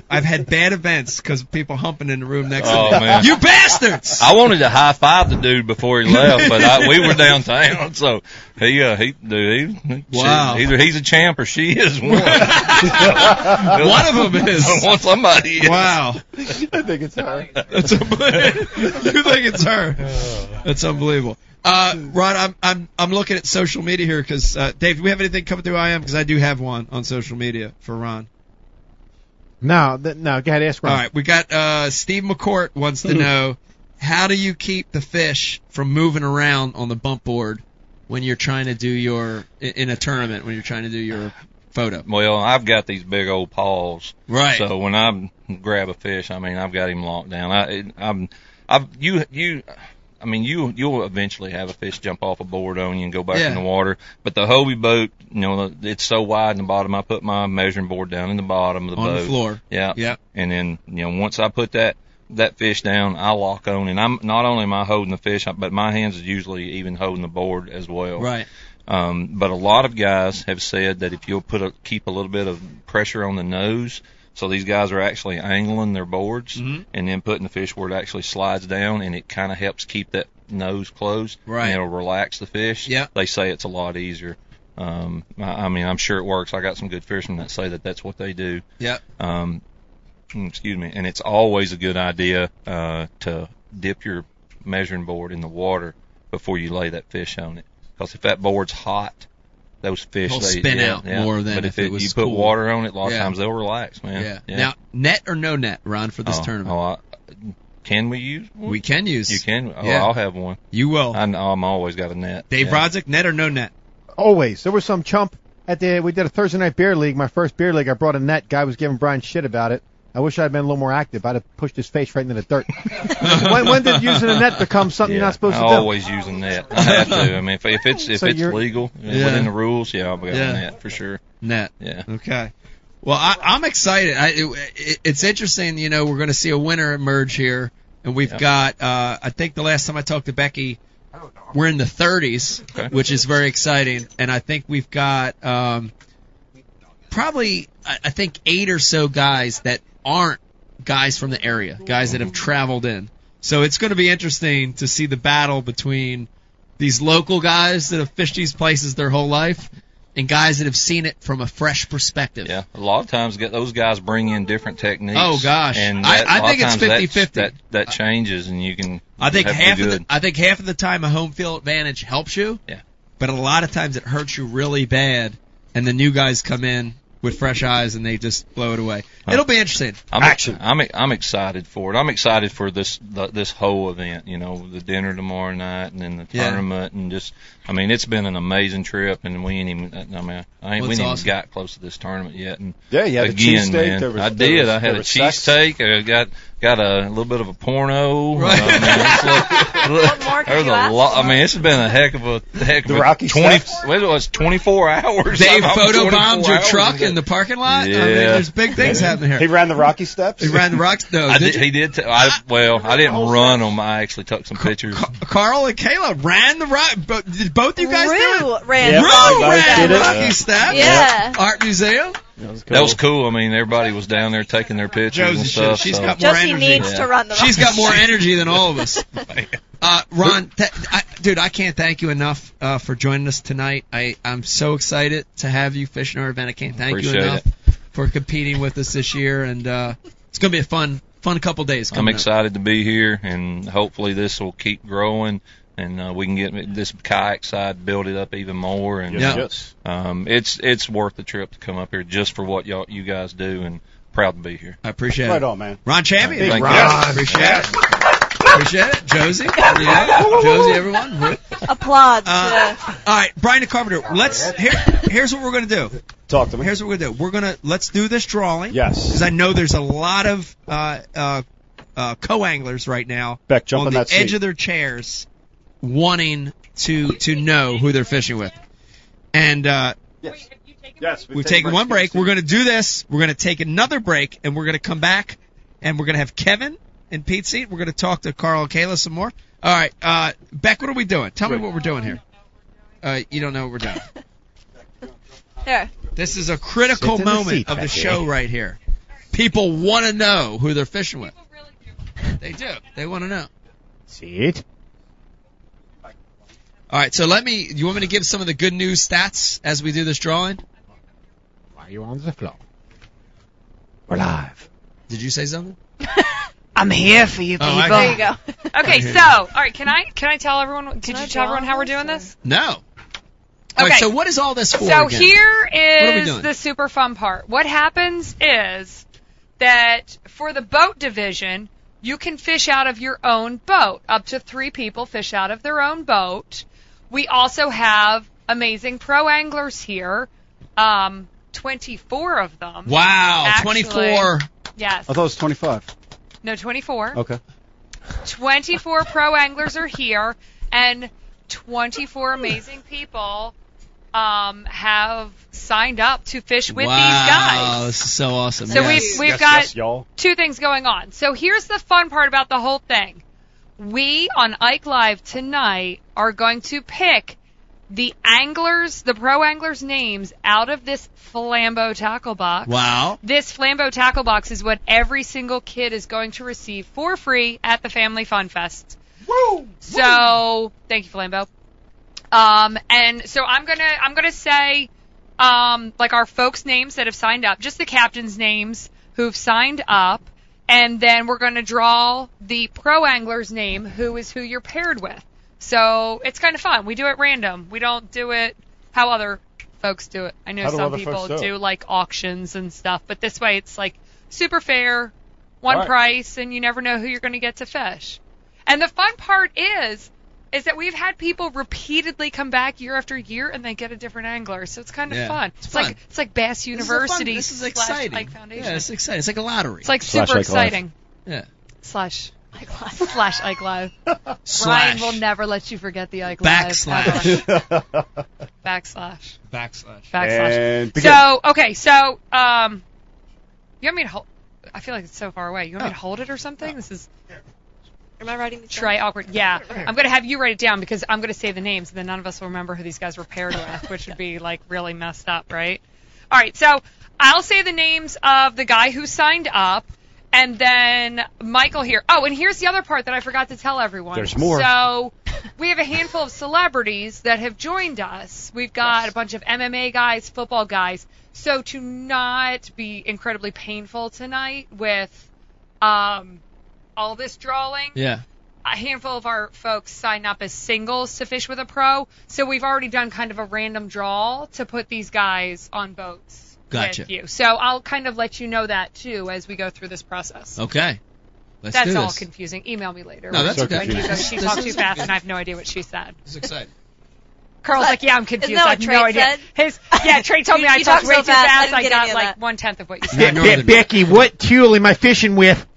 A: I've had bad events because people humping in the room next
G: Oh,
A: to me.
G: man.
A: You bastards!
G: I wanted to high five the dude before he left, but I, we were downtown, so he uh he dude he,
A: Wow.
G: she- either he's a champ or she is one.
A: One of them is.
G: one somebody. Is.
A: Wow.
B: I think it's her.
A: That's unbelievable. you think it's her? That's unbelievable. Uh, Rod, I'm I'm I'm looking at social media here because uh, Dave, do we have anything coming through IM? Because I do have one on social media for Ron.
D: No, th- no, go ahead, ask
A: All
D: Ron.
A: right, we got uh, Steve McCourt wants to know how do you keep the fish from moving around on the bump board when you're trying to do your in- in a tournament when you're trying to do your photo.
G: Well, I've got these big old paws.
A: Right.
G: So when I grab a fish, I mean I've got him locked down. I, it- I'm, I've you you, I mean you you'll eventually have a fish jump off a board on you and go back
A: Yeah.
G: in the water. But the Hobie boat, you know, it's so wide in the bottom. I put my measuring board down in the bottom of the
A: On the
G: boat.
A: floor.
G: Yeah.
A: Yeah.
G: And then you know once I put that that fish down, I lock on, and I'm not only am I holding the fish, but my hands is usually even holding the board as well.
A: Right.
G: Um, but a lot of guys have said that if you'll put a, keep a little bit of pressure on the nose, so these guys are actually angling their boards
A: Mm-hmm.
G: and then putting the fish where it actually slides down, and it kind of helps keep that nose closed.
A: Right.
G: And it'll relax the fish.
A: Yeah.
G: They say it's a lot easier. Um, I, I mean, I'm sure it works. I got some good fishermen that say that that's what they do.
A: Yep.
G: Um, excuse me. And it's always a good idea uh, to dip your measuring board in the water before you lay that fish on it. Because if that board's hot, those fish
A: They'll
G: they
A: spin
G: yeah,
A: out
G: yeah.
A: more than
G: but
A: if it was
G: you put
A: cool.
G: water on it, a lot
A: Yeah.
G: of times they'll relax, man.
A: Yeah. Now, net or no net, Ron, for this
G: oh,
A: tournament?
G: oh, I- can we use? One?
A: we can use.
G: You can. Oh,
A: Yeah.
G: I'll have one.
A: You will.
G: I, I'm always got a net.
A: Dave
G: yeah.
A: Brodzik, net or no net?
D: Always. There was some chump at the we did a Thursday night beer league, my first beer league, I brought a net, guy was giving Brian shit about it. I wish I'd been a little more active. I'd have pushed his face right into the dirt. when, when did using a net become something you're
G: Yeah,
D: not supposed
G: I
D: to do?
A: Oh,
G: always use a net. I have to. I mean, if, if it's if
D: So
G: it's
D: you're-
G: legal and
A: Yeah.
G: within the rules, yeah, I've got
A: Yeah.
G: a net for sure.
A: Net.
G: Yeah.
A: Okay. Well, I, I'm excited. I, it, it, it's interesting, you know, we're going to see a winner emerge here, and we've
G: Yeah.
A: got. Uh, I think the last time I talked to Becky, we're in the 30s,
G: Okay.
A: which is very exciting, and I think we've got um, probably I, I think eight or so guys that aren't guys from the area, guys that have traveled in. So it's going to be interesting to see the battle between these local guys that have fished these places their whole life and guys that have seen it from a fresh perspective.
G: Yeah, a lot of times get those guys bring in different techniques.
A: Oh, gosh.
G: and
A: I-
G: that,
A: I
G: a lot
A: think
G: of
A: it's
G: times that's-
A: 50-50.
G: That that changes, and you can.
A: I think
G: you have
A: half
G: to be
A: of
G: good.
A: the, I think half of the time a home field advantage helps you.
G: Yeah.
A: But a lot of times it hurts you really bad and the new guys come in with fresh eyes and they just blow it away. It'll be interesting.
G: I'm,
B: Action.
G: I'm e, I'm excited for it. I'm excited for this the, this whole event. You know, the dinner tomorrow night, and then the
A: Yeah.
G: tournament, and just I mean, it's been an amazing trip, and we ain't even. I mean, I ain't,
A: Well,
G: we
A: it's
G: ain't
A: awesome.
G: even got close to this tournament yet, and
B: Yeah, you had a
G: again,
B: cheesesteak.
G: man,
B: there was-
G: I
B: there
G: did.
B: was-
G: I had
B: there
G: a
B: was sex.
G: cheesesteak. I got got a little bit of a porno.
A: Right.
G: I mean, it's like-
E: What more could
G: there's
E: you
G: a
E: ask
G: lot. I mean, it's been a heck of a heck
B: The
G: of a
B: Rocky
G: twenty.
B: steps?
G: What it was twenty four hours.
A: Dave
G: I'm- I'm 24
A: photobombed your
G: hours
A: truck
G: ago.
A: in the parking lot. I
G: Yeah.
A: mean, there's big things happening
B: He
A: here.
B: ran the Rocky steps.
A: He ran the rocks. No,
G: I
A: did
G: did,
A: you?
G: he did. T- I, well, I didn't run them. I actually took some pictures.
A: Carl and Kayla ran the rock. Bo- did both you guys do it?
E: Rue ran
F: Yeah,
E: the
A: Roo
F: Rue
E: Rocky
F: guys
A: ran
F: did
A: the
F: it.
A: Rocky Step.
E: Yeah.
A: Art Museum.
C: That was cool.
G: That was cool. I mean, everybody was down there taking their pictures
A: Josie
G: and
A: should-
G: stuff.
A: she's
G: so.
A: got more
E: Josie
A: energy.
E: needs
G: Yeah.
E: to run the
A: She's
E: Rocky
A: got more energy than all of us. Uh, Ron, th- I, dude, I can't thank you enough uh, for joining us tonight. I, I'm so excited to have you fishing our event. I can't thank you
G: Appreciate
A: enough for competing with us this year, and uh, it's gonna be a fun, fun couple days.
G: I'm
A: Coming up.
G: excited to be here, and hopefully this will keep growing, and uh, we can get this kayak side build it up even more. And
A: Yeah.
F: Yes.
G: um, it's it's worth the trip to come up here just for what y'all you guys do, and proud to be here.
A: I appreciate
B: Right
A: it.
B: on, man.
A: Ron Champion.
G: Thank
A: Ron.
G: you.
A: Appreciate it. Appreciate it, Josie. Yeah, Josie, everyone. Rick.
E: Applause.
A: Uh,
E: to-
A: all right, Brian the Carpenter. Let's. Here, here's what we're gonna do.
B: Talk to me.
A: Here's what we're gonna do. We're gonna let's do this drawing.
B: yes.
A: Because I know there's a lot of uh, uh, uh, co-anglers right now
B: Beck, jump on,
A: on the
B: that
A: edge
B: seat.
A: of their chairs, wanting to to know who they're fishing with. And uh,
B: yes. yes.
A: we've taken one break. We're gonna do this. We're gonna take another break, and we're gonna come back, and we're gonna have Kevin and Pete seat. We're gonna talk to Carl and Kayla some more. All right, uh, Beck, what are we doing? Tell me what we're doing here. Uh, you don't know what we're doing.
E: there.
A: This is a critical
D: Sit in the
A: moment
D: seat,
A: of the
D: Becky.
A: show right here. People want to know who they're fishing with. They do. They want to know.
D: See it?
A: All right, so let me. You want me to give some of the good news stats as we do this drawing?
D: Why are you on the floor? We're live.
A: Did you say something?
H: I'm here for you, people.
A: Oh, I-
E: There you go.
I: Okay, so all right, can I can I tell everyone? Did
E: Can I
I: you tell everyone how we're
E: draw
I: doing this?
A: No. All right,
I: Okay.
A: so what is all this for?
I: So
A: again?
I: here
A: are we
I: is
A: doing?
I: the super fun part. What happens is that for the boat division, you can fish out of your own boat. Up to three people fish out of their own boat. We also have amazing pro anglers here, um, 24 of them.
A: Wow,
I: Actually-
A: 24.
I: Yes.
B: I thought it was 25.
I: No, 24.
B: Okay.
I: 24 pro anglers are here, and 24 amazing people um, have signed up to fish with
A: wow,
I: these
A: this
I: guys.
A: is so awesome.
I: So we've
A: yes.
I: we've
B: yes,
I: got
B: yes, y'all.
I: two things going on. So here's the fun part about the whole thing. We on Ike Live tonight are going to pick the anglers, the pro anglers' names out of this Flambeau tackle box.
A: Wow.
I: This Flambeau tackle box is what every single kid is going to receive for free at the Family Fun Fest. Woo! So thank you, Flambeau. Um, and so I'm gonna I'm gonna say um like our folks' names that have signed up, just the captains' names who've signed up, and then we're gonna draw the pro angler's name, who is who you're paired with. So it's kind of fun. We do it random. We don't do it how other folks do it. I know
B: How do
I: some
B: other
I: people
B: folks do
I: do,
B: it?
I: like auctions and stuff, but this way it's like super fair, one
B: All right.
I: price, and you never know who you're going to get to fish. And the fun part is, is that we've had people repeatedly come back year after year, and they get a different angler. So it's kind of
A: Yeah,
I: fun.
A: it's
I: It's,
A: fun.
I: like it's like Bass University
A: This is, a fun- this is
I: slash
A: exciting.
I: Ike Foundation.
A: Yeah, it's exciting. It's like a lottery.
I: it's like
B: Slash
I: super
B: Ike Live.
I: exciting.
A: yeah.
I: Slash Ike Live. slash Ike Live.
A: Slash.
I: Ryan will never let you forget the Ike Live.
A: Backslash.
I: Backslash.
A: Backslash.
I: Backslash.
B: And begin.
I: So okay, so um, you want me to hold? I feel like it's so far away. You want
A: Oh.
I: me to hold it or something? This is
E: Am I writing the
I: try awkward. Yeah, I'm gonna have you write it down because I'm gonna say the names, and then none of us will remember who these guys were paired with, which would be like really messed up, right? All right, so I'll say the names of the guy who signed up, and then Michael here. Oh, and here's the other part that I forgot to tell everyone.
B: There's more.
I: So we have a handful of celebrities that have joined us. We've got a bunch of MMA guys, football guys. So to not be incredibly painful tonight with um, all this drawing,
A: Yeah.
I: a handful of our folks sign up as singles to fish with a pro. So we've already done kind of a random draw to put these guys on boats
A: Gotcha.
I: with you. So I'll kind of let you know that too as we go through this process.
A: Okay. Let's do
I: that's
A: this.
I: all confusing. Email me later.
A: No, that's
B: So
A: okay.
B: confusing.
I: Because she
A: This
I: talked
A: is
I: too fast and I have no idea what she said.
A: It's exciting.
I: Carl's like, yeah, I'm confused.
E: that
I: I
E: what
I: have no
E: Trey
I: idea.
E: said?
I: His yeah, Trey told me
E: You-
I: I
E: you
I: talked
E: talked
I: way
E: so
I: too
E: fast, I
I: fast.
E: didn't
I: I,
E: get any
I: got
E: of
I: like
E: that.
I: one tenth of what you said.
A: Not
H: Be- be-
A: northern.
H: Becky, what tulle am I fishing with?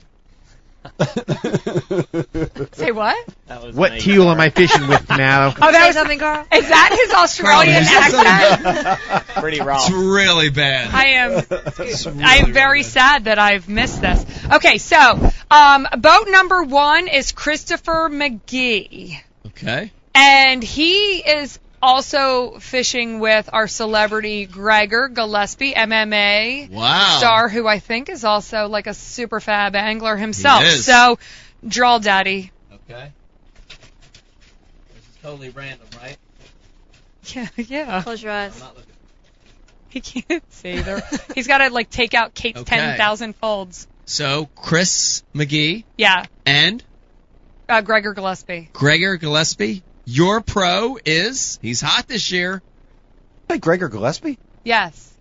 I: Say what?
C: That was
H: What
C: me.
H: teal am I fishing with now?
I: Oh, that
E: Say
I: was
E: something, Carl.
I: is that his Australian
A: Carl, you said something.
I: accent?
C: Pretty
A: It's
C: rough.
A: really bad.
I: I am
A: It's really,
I: I am
A: really
I: very
A: bad.
I: sad that I've missed this. Okay, so um, boat number one is Christopher McGee,
A: Okay.
I: and he is also fishing with our celebrity Gregor Gillespie, MMA
A: Wow.
I: star, who I think is also like a super fab angler himself.
A: He is.
I: So, draw daddy.
A: Okay. This is totally random, right?
I: Yeah, yeah.
E: Close your eyes.
A: not looking.
I: He can't see. They're- He's got to like take out Kate's
A: Okay.
I: ten thousand folds.
A: So Chris McGee
I: Yeah,
A: and
I: uh, Gregor Gillespie.
A: Gregor Gillespie. Your pro is he's hot this year.
B: Hey, Gregor Gillespie?
I: Yes.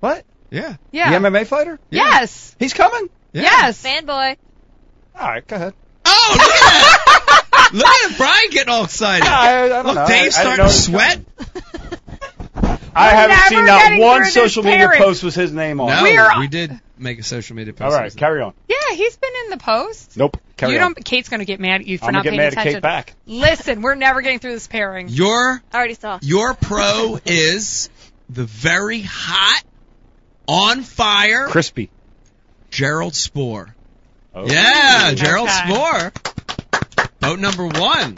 B: What?
A: Yeah.
I: Yeah.
B: The MMA fighter?
A: Yeah.
I: Yes.
B: He's coming?
A: Yeah.
I: Yes.
E: Fanboy.
B: All right, go ahead.
A: Oh, Whoa! Look at that! look at Brian getting all excited.
B: I, I don't
A: look,
B: know.
A: Dave's
B: I, I
A: starting
B: don't
A: to
B: know.
A: sweat.
B: I haven't
I: never
B: seen not
I: getting
B: one
I: through this
B: social media
I: parent.
B: post with his name on.
A: No,
B: it.
A: we,
I: We're-
A: did make a social media post.
B: All right, carry on.
I: Yeah, he's been in the post.
B: Nope, carry
I: you
B: on.
I: don't. Kate's gonna get mad at you for
B: I'm
I: not
B: gonna
I: paying
B: get mad
I: attention.
B: at Kate back.
I: Listen, we're never getting through this pairing.
A: Your
E: I already saw.
A: your pro is the very hot, on fire
B: Crispy.
A: Gerald Spore.
B: Oh.
A: Yeah,
I: Nice
A: Gerald
I: guy.
A: Spore. Vote number one.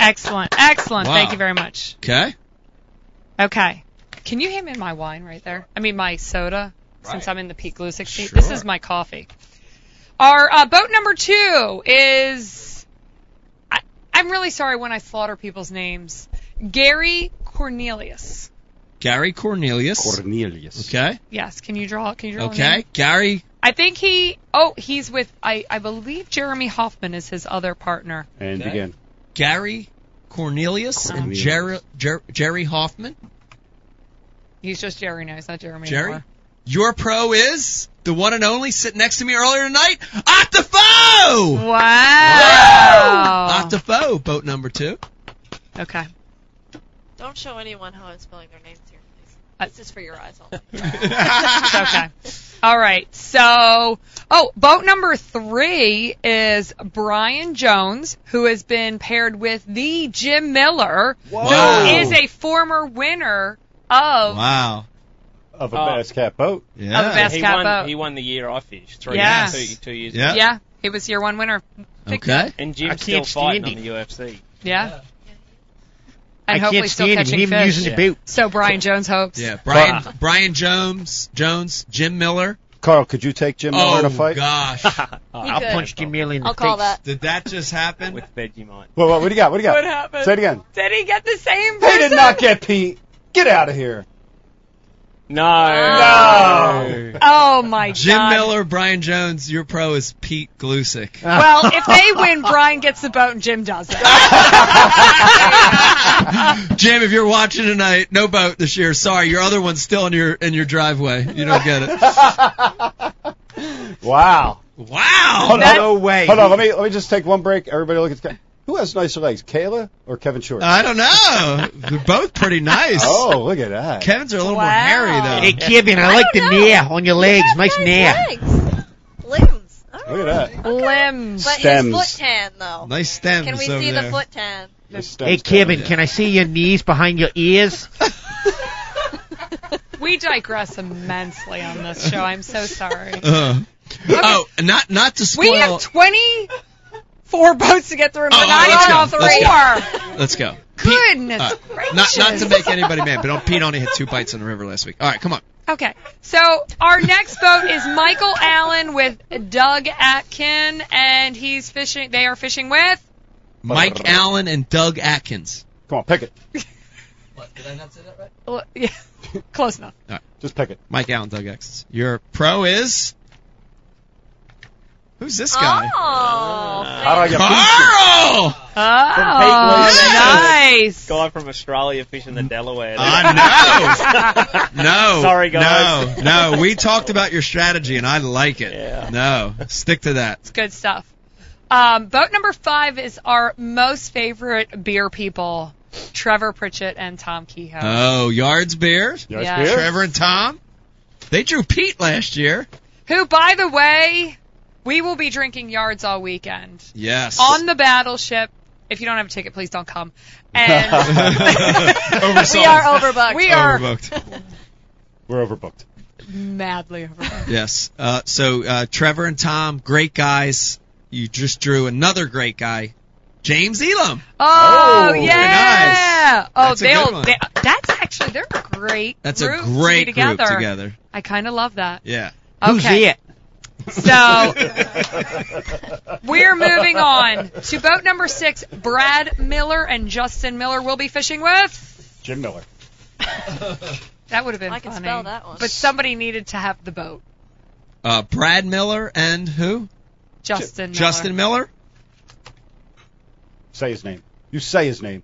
I: Excellent, excellent.
A: Wow.
I: Thank you very much.
A: Okay.
I: Okay, can you hand me my wine right there? I mean my soda, since
A: Right.
I: I'm in the Pete Glusick seat. This
A: Sure.
I: is my coffee. Our uh, boat number two is. I, I'm really sorry when I slaughter people's names. Gary Cornelius.
A: Gary Cornelius.
B: Cornelius.
A: okay.
I: Yes, can you draw? Can you draw? a name?
A: Okay. Gary.
I: I think he. Oh, he's with. I I believe Jeremy Hoffman is his other partner.
B: And
A: Okay.
B: begin.
A: Gary Cornelius, and
B: Cornelius.
A: Jerry, Jer- Jerry Hoffman.
I: He's just Jerry now. He's not Jeremy
A: Jerry,
I: anymore.
A: your pro is the one and only sitting next to me earlier tonight, Octafo!
I: Wow.
A: Octafo, boat number two.
I: okay.
E: Don't show anyone how I'm spelling their names here, please.
I: I-
E: This is for your eyes only.
I: It's okay. All right. So, oh, boat number three is Brian Jones, who has been paired with the Jim Miller,
A: Wow.
I: who is a former winner of
A: Wow.
B: Of a
C: Oh.
B: bass cat boat.
A: Yeah.
I: Of best
C: he
I: cat
C: won.
I: boat.
C: He won the year I fished. Three
I: Yes.
C: two, two years.
A: Yeah.
C: ago.
I: Yeah, he was year one winner.
A: Okay.
C: And
H: I
C: Jim's still
H: can't
C: fighting on
H: stand
C: the UFC.
I: Yeah.
H: I can't
I: And hopefully still
H: stand him.
I: catching
H: Him
I: fish.
H: using the boot.
I: So Brian Jones hopes.
A: Yeah. Brian Brian Jones Jones Jim Miller.
B: Carl, could you take Jim Miller in
A: oh
B: a fight?
A: gosh.
E: He
H: I'll
E: could.
H: punch Jim Mealy in the
E: I'll call
H: face.
E: that.
A: Did that just happen?
C: With Vegemite.
B: Whoa, whoa, what do you got? What do you got?
I: What happened?
B: Say it again.
I: Did he get the same?
B: They did
I: person?
B: not get Pete. Get out of here.
C: No.
B: No.
I: Oh my
A: Jim
I: god.
A: Miller, Brian Jones, your pro is Pete Glusick.
I: Well, if they win, Brian gets the boat and Jim doesn't.
A: Jim, if you're watching tonight, no boat this year. Sorry, your other one's still in your in your driveway. You don't get it.
B: Wow.
A: Wow.
I: That-
D: no way.
B: Hold on, let me let me just take one break. Everybody look at the who has nicer legs, Kayla or Kevin Short?
A: I don't know. They're both pretty nice.
B: oh, look at that.
A: Kevin's are a little more
I: Wow.
A: hairy
H: Hey,
A: though.
H: Kevin, I, like the
E: don't know.
H: nair on your legs. Nice nair.
E: Legs. Limbs. Alright.
B: Look at that.
I: Limbs.
E: But
B: Stems.
E: his foot tan, though.
A: Nice stems
E: Can we
A: over
E: see
A: there.
E: the foot tan?
B: The stems
H: Hey,
B: down.
H: Kevin,
A: yeah.
H: can I see your knees behind your ears?
I: We digress immensely on this show. I'm so sorry.
A: Uh, oh, not not to spoil.
I: We have 24 boats to get through, and
A: Oh,
I: we're not
A: let's
I: even
A: go.
I: on
A: Let's
I: three.
A: Let's go.
I: Goodness
A: All right.
I: gracious.
A: Not not to make anybody mad, but Pete only had two bites in the river last week. All right, come on.
I: Okay. So our next boat is Michael Allen with Doug Atkin, and he's fishing. They are fishing with.
A: Mike Allen and Doug Atkins.
B: Come on, pick it.
I: Well, yeah, Close enough.
B: Just pick it.
A: Mike Allen, Doug Atkins. Your pro is who's this guy?
E: Oh.
B: How do I get
A: Carl.
I: Oh, nice.
C: Guy from Australia fishing the Delaware.
A: I know. No.
C: Sorry, guys.
A: No, no. We talked about your strategy, and I like it.
C: Yeah.
A: No, stick to that.
I: Good stuff. Um, boat number five is our most favorite beer people, Trevor Pritchett and Tom Kehoe.
A: Oh, yards beer.
B: Yes,
I: Yeah.
B: beer?
A: Trevor and Tom. They drew Pete last year.
I: who, by the way, we will be drinking yards all weekend
A: Yes.
I: on the battleship. If you don't have a ticket, please don't come. And
A: Oversold.
E: We are overbooked.
I: we are
A: Overbooked.
B: We're overbooked.
I: madly over.
A: Yes. Uh, so uh, Trevor and Tom, great guys. You just drew another great guy, James Elam.
I: Oh,
B: Oh,
I: yeah!
A: nice.
I: Oh,
A: That's a good
I: they'll.
A: one.
I: They, that's actually they're a great.
A: That's
I: group
A: a
I: to be
A: great
I: together.
A: group together.
I: I kind of love that.
A: Yeah.
H: Who's
I: Okay.
H: it?
I: So we're moving on to boat number six. Brad Miller and Justin Miller will be fishing with.
B: Jim Miller.
I: That would have been
E: I can
I: funny.
E: spell that one.
I: But somebody needed to have the boat.
A: Uh, Brad Miller and who?
I: Justin. Miller.
A: Justin Miller.
B: Say his name. You say his name.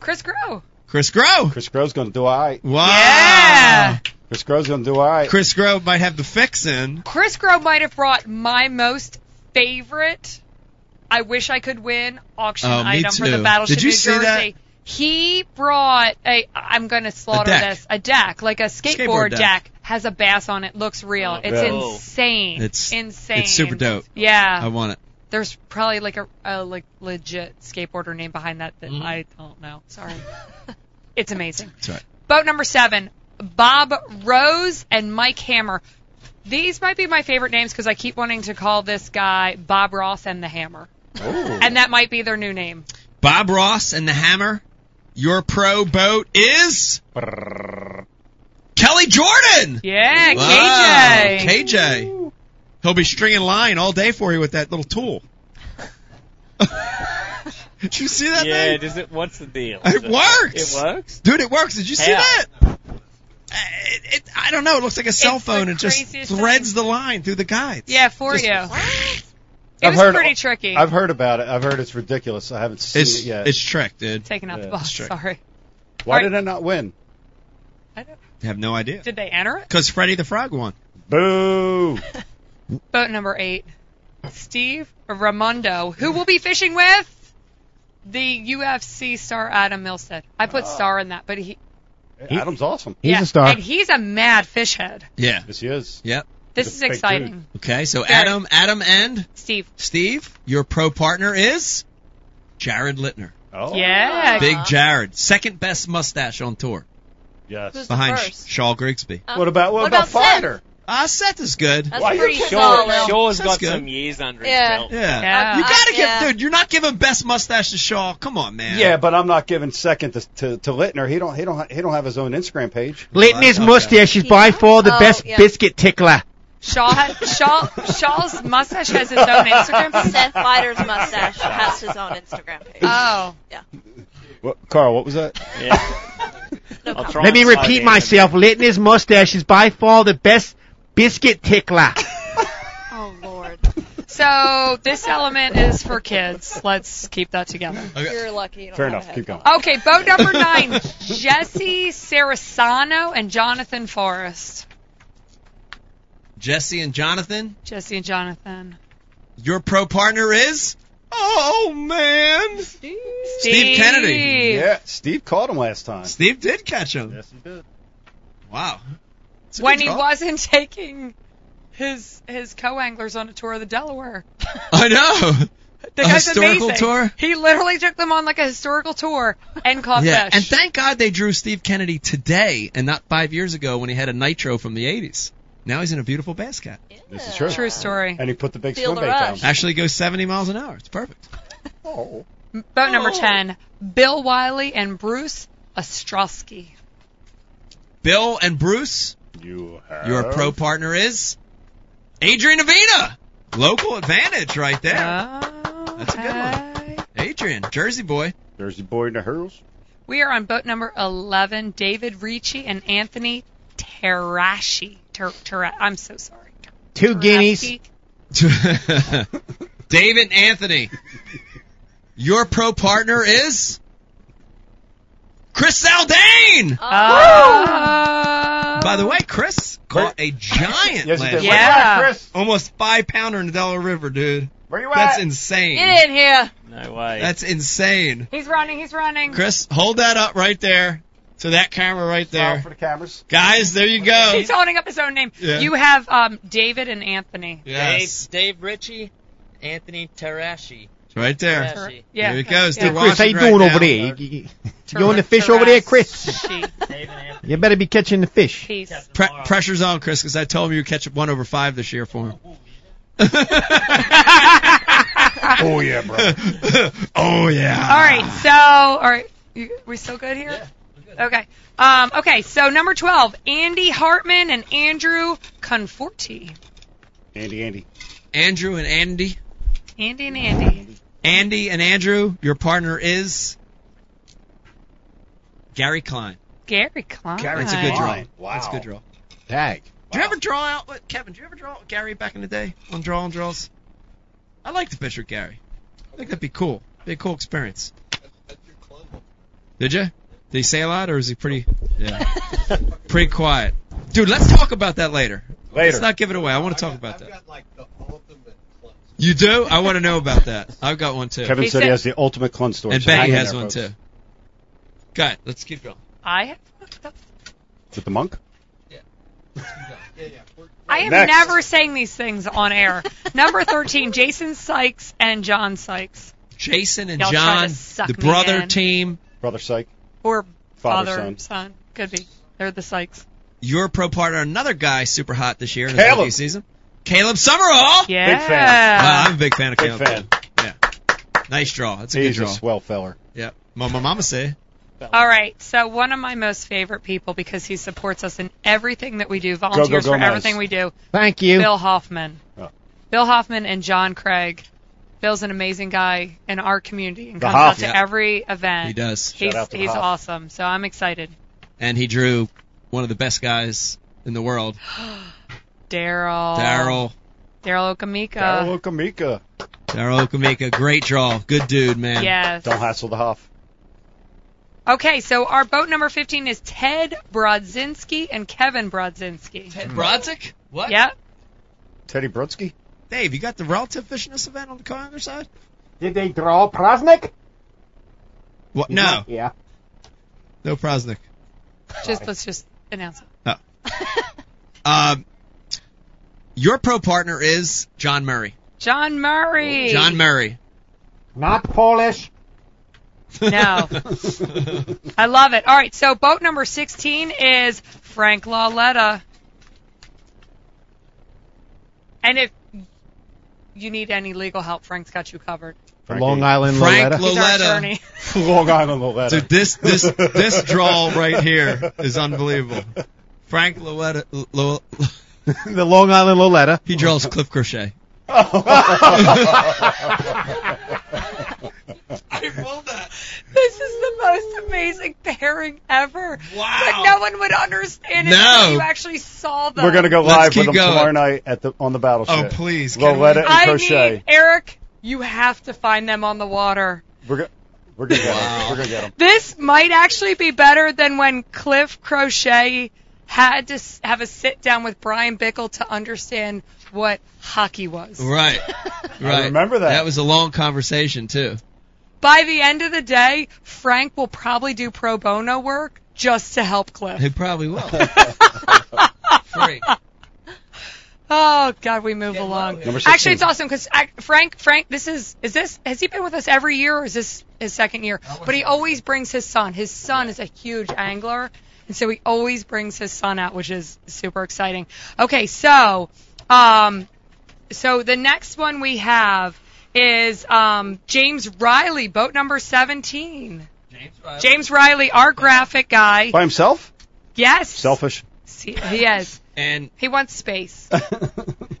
I: Chris Grow.
A: Chris Grow.
B: Chris Grove's gonna do all right.
A: Wow.
I: Yeah.
B: Chris Grove's gonna do all right.
A: Chris Grow might have the fix in.
I: Chris Grow might have brought my most favorite I wish I could win auction
A: Oh, me
I: item for the
A: too.
I: Battleship
A: Did you
I: New
A: see that?
I: Jersey. He brought a. I'm going to slaughter
A: deck.
I: this. A deck, like a
A: Skateboard
I: skateboard,
A: deck.
I: deck. Has a bass on it. Looks real. it's
B: yeah.
I: insane.
A: It's-
I: insane.
A: it's super dope.
I: Yeah.
A: I want it.
I: There's probably like a, a like legit skateboarder name behind that that I don't know. Sorry. it's amazing.
A: Mm-hmm. That's right.
I: Boat number seven, Bob Rose and Mike Hammer. These might be my favorite names because I keep wanting to call this guy Bob Ross and the Hammer. And that might be their new name.
A: Bob Ross and the Hammer. Your pro boat is Kelly Jordan.
I: Yeah,
A: Wow,
I: KJ.
A: KJ. He'll be stringing line all day for you with that little tool. Did you see that
C: yeah,
A: thing?
C: does it? What's the deal?
A: It works.
C: It works.
A: Dude, it works. Did you see
C: How?
A: that? Uh, It, it, I don't know. It looks like a cell
I: It's the
A: phone. It just
I: craziest
A: threads the line through the guides.
I: Yeah, for you. It
B: I've
I: was
B: heard-
I: pretty tricky.
B: I've heard about it. I've heard it's ridiculous. I haven't seen
A: It's
B: it yet.
A: it's trick, dude.
I: Taking out
B: Yeah,
I: the box.
A: that's true.
I: Sorry.
B: Why
I: Alright.
B: did I not win?
I: I don't,
A: I have no idea.
I: did they enter it?
A: Because Freddy the Frog won.
B: Boo!
I: Boat number eight, Steve Ramondo, who will be fishing with the UFC star Adam Milstead. I
B: Ah.
I: put star in that, but he
B: Adam's awesome.
D: He's
I: yeah,
D: a star.
I: and he's a mad fish head.
A: Yeah.
B: Yes, he is.
A: Yep.
I: This
B: He's a
I: is
B: big
I: exciting.
B: dude.
A: Okay. So
I: Very.
A: Adam, Adam, and
I: Steve.
A: Steve, your pro partner is Jared Littner.
B: Oh,
I: Yeah.
A: Big
E: Uh-huh.
A: Jared, second best mustache on tour,
B: Yes.
E: the
A: behind
E: first? Uh,
A: Shaw Grigsby.
B: What about what,
E: What
B: about,
E: about Seth?
B: Fighter?
A: Ah, Seth is good.
E: That's
B: Why are you
E: pretty
B: kidding?
E: solid.
B: Sure,
C: Shaw's
A: Sounds
C: got
A: good.
C: some years under
E: Yeah.
C: his belt.
A: Yeah.
I: Yeah.
A: You gotta
E: Uh,
A: give,
E: yeah.
A: dude. You're not giving best mustache to Shaw. Come on, man.
B: Yeah, but I'm not giving second to, to, to Littner. He don't he don't he don't have his own Instagram page.
H: Litner's
A: Okay.
H: mustache is by far the
E: Oh,
H: best
E: yeah.
H: biscuit tickler.
I: Shaw, ha- Shaw, Shaw's mustache has its own Instagram page.
E: Seth Fighter's mustache has his own Instagram page.
I: Oh,
B: What, Carl, what was that?
C: Yeah.
E: no
C: I'll
E: comment.
C: try
H: Let me
C: and slide
H: repeat
C: in.
H: myself. Litner's mustache is by far the best biscuit tickler.
E: Oh lord,
I: so this element is for kids. Let's keep that together.
E: you're lucky. You don't
B: Fair
E: have a
B: enough. Keep
E: head.
B: going.
I: Okay, boat number nine, Jesse Sarasano and Jonathan Forrest.
A: Jesse and Jonathan,
I: Jesse and Jonathan.
A: your pro partner is. Oh man. Steve, Kennedy.
B: Yeah, Steve caught him last time.
A: Steve did catch him.
B: Yes, he did.
A: Wow. That's a
I: when
A: good
I: he
A: call.
I: wasn't taking his his co-anglers on a tour of the Delaware.
A: I know.
I: The
A: A
I: guy's
A: historical
I: amazing.
A: tour?
I: He literally took them on like a historical tour and caught
A: Yeah,
I: fish.
A: and thank God they drew Steve Kennedy today and not five years ago when he had a nitro from the 80s. Now he's in a beautiful bass cap.
B: This is true.
I: True story.
B: And he put the big
E: Feel
B: swim
E: the
B: bait down.
E: rush.
A: Actually goes 70 miles an hour. It's perfect.
B: Oh.
I: Boat number ten: Bill Wiley and Bruce Ostrowski.
A: Bill and Bruce,
B: You have
A: your pro partner is Adrian Avina. Local advantage right there. That's a good one.
I: Okay.
A: Adrian, Jersey boy.
B: There's the boy in the hurdles.
I: We are on boat number eleven: David Ricci and Anthony Tarashi. Ter- Tara- I'm so sorry.
H: Two guineas.
I: Tarashi.
A: David and Anthony, your pro partner is Chris Saldane.
I: Oh.
A: By the way, Chris caught a giant
B: Ah. Yes, he
A: last
B: did.
A: year.
I: Yeah.
H: Chris,
A: Almost five pounder in the Delaware River, dude.
H: where you
A: That's insane.
E: Get in here.
C: No way.
A: That's insane.
I: He's running, he's running.
A: Chris, hold that up right there to that camera right there.
B: for the cameras.
A: Guys, there you go.
I: He's holding up his own name.
A: um, Yeah.
I: You have um, David and Anthony.
A: Yes.
J: Dave, Dave Ritchie, Anthony Tarashi.
A: It's right there.
J: Tarashi.
I: Yeah.
A: There it goes.
I: Yeah.
A: They're
H: Chris, how you
A: watching
H: doing
A: right
H: over
A: now.
H: there? You, you- you on the fish over there, Chris?
I: She-
J: Dave and Anthony.
H: You better be catching the fish.
I: Peace.
A: Pre- pressure's on, Chris, because I told him you catch one over five this year for him.
B: Oh yeah, bro.
A: oh yeah.
I: All right, so, all right, you, we still good here? Okay. Um, okay, so number 12, Andy Hartman and Andrew Conforti.
B: Andy, Andy.
A: Andrew and Andy.
I: Andy and Andy.
A: Andy and Andrew, your partner is Gary Klein.
I: Gary Klein.
A: That's a good draw.
B: Klein. Wow.
A: That's a good draw.
D: Tag.
A: Do you ever draw out what Kevin? Do you ever draw out with Gary back in the day on draw and draws? I like to fish with Gary. I think that'd be cool. Be a cool experience. Did you? Did he say a lot, or is he pretty? Yeah, pretty quiet. Dude, let's talk about that later.
B: Later.
A: Let's not give it away. I want to talk about that.
K: like the ultimate clutch.
A: You do? I want to know about that. I've got one too.
B: Kevin said he has the ultimate cleanse torch.
A: And Betty
B: Hang in
A: has
B: there,
A: one
B: folks.
A: too. Got it. Let's keep going.
I: I have.
B: Is it the monk?
I: I am
B: Next.
I: never saying these things on air. Number thirteen, Jason Sykes and John Sykes,
A: Jason and
I: Y'all try to
A: John,
I: suck
A: the
I: me
A: brother
I: in.
A: team.
B: Brother Psych.
I: or
B: Father,
I: father,
B: son.
I: son. Could be. They're the Sykes.
A: Your pro partner, another guy super hot this year in his
B: Caleb.
A: rookie season. Caleb Summerall.
I: Yeah.
A: Wow, Uh, I'm a big fan of
B: Big
A: Caleb.
B: fan.
A: Nice draw. That's a
B: He's
A: good
B: a
A: draw.
B: swell feller.
A: yeah. My, my mama say.
I: All right. So one of my most favorite people because he supports us in everything that we do, volunteers
B: go,
I: for
B: Mavs.
I: everything we do.
D: Thank you.
I: Bill Hoffman.
B: Oh.
I: Bill Hoffman and John Craig. Bill's an amazing guy in our community and
B: The
I: comes
B: Hoff.
I: out to
A: Yeah.
I: every event.
A: He does.
I: He's
B: out to
I: he's
B: Hoff.
I: awesome. So I'm excited.
A: And he drew one of the best guys in the world,
I: Daryl.
A: Daryl.
I: Daryl Okamika.
B: Daryl Okamika.
A: Daryl Okamika. Great draw. Good dude, man.
I: Yes.
B: Don't hassle the Huff.
I: Okay, so our boat number 15 is Ted Brodzinski and Kevin Brodzinski.
A: Ted Brodzik? What?
I: Yep.
B: Teddy Brutsky.
A: Dave, you got the relative fishness event on the calendar side?
H: Did they draw Prosnick?
A: What? No.
H: Yeah.
A: No Prosnick.
I: Just let's just announce it.
A: Um, your pro partner is John Murray.
I: John Murray.
A: John Murray.
H: Not Polish.
I: No. I love it. All right, so boat number 16 is Frank Lauletta. And if you need any legal help, Frank's got you covered.
D: The Long Island
A: Frank
D: Loletta.
I: He's our
A: Lauletta.
I: attorney.
B: Long Island Loletta.
A: Dude, this this this draw right here is unbelievable. Frank Loetta, Lo,
D: the Long Island Loletta.
A: he draws Cliff Crochet.
B: Oh.
A: I love that.
I: This is the most amazing pairing ever.
A: Wow.
I: But no one would understand it
A: No.
I: until you actually saw them.
B: We're gonna go
A: Let's
B: live
A: keep
B: with them
A: going.
B: tomorrow night at the on the battleship.
A: Oh please, can
B: Loletta
A: we-
B: and
I: I need
B: crochet.
I: Eric. You have to find them on the water.
B: We're gonna we're gonna get them. We're gonna get them.
I: This might actually be better than when Cliff Crochet had to s- have a sit down with Brian Bickle to understand what hockey was.
A: Right, right.
B: remember that.
A: That was a long conversation too.
I: By the end of the day, Frank will probably do pro bono work just to help Cliff.
A: He probably will. Freak.
I: Oh God, we move along.
B: Number 16.
I: Actually, it's awesome because Frank, Frank, this is is this has he been with us every year or is this his second year? But he always brings his son. His son is a huge angler, and so he always brings his son out, which is super exciting. Okay, so, um, so the next one we have is um James Riley, boat number seventeen.
J: James Riley.
I: James Riley, our graphic guy.
B: By himself?
I: Yes,
B: Selfish.
I: He he is.
A: And
I: He wants space.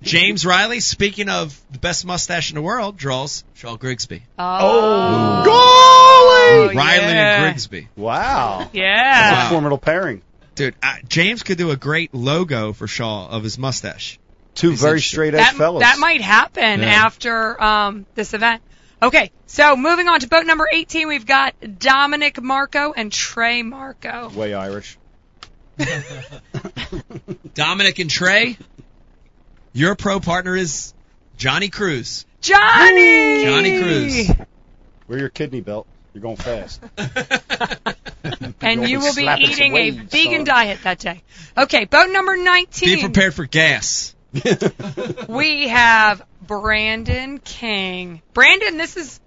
A: James Riley, speaking of the best mustache in the world, draws Shaw Grigsby.
I: Oh,
B: Golly!
I: Oh,
A: Riley
I: yeah.
A: and Grigsby.
B: Wow.
I: yeah.
B: That's a formidable pairing.
A: Dude, I, James could do a great logo for Shaw of his mustache.
B: Two
A: He's
B: very
A: interesting.
B: straight
I: that,
B: edge fellas.
I: that might happen
A: Yeah.
I: after um, this event. Okay, so moving on to boat number 18, we've got Dominic Marco and Trey Marco.
B: way Irish.
A: Dominic and Trey, your pro partner is Johnny Cruz.
I: Johnny!
A: Johnny Cruz.
B: Wear your kidney belt. You're going fast.
I: And you will be
B: Slapping some
I: eating a
B: wings,
I: vegan
B: son.
I: diet that day. Okay, boat number 19.
A: Be prepared for gas.
I: We have Brandon King. Brandon, this is,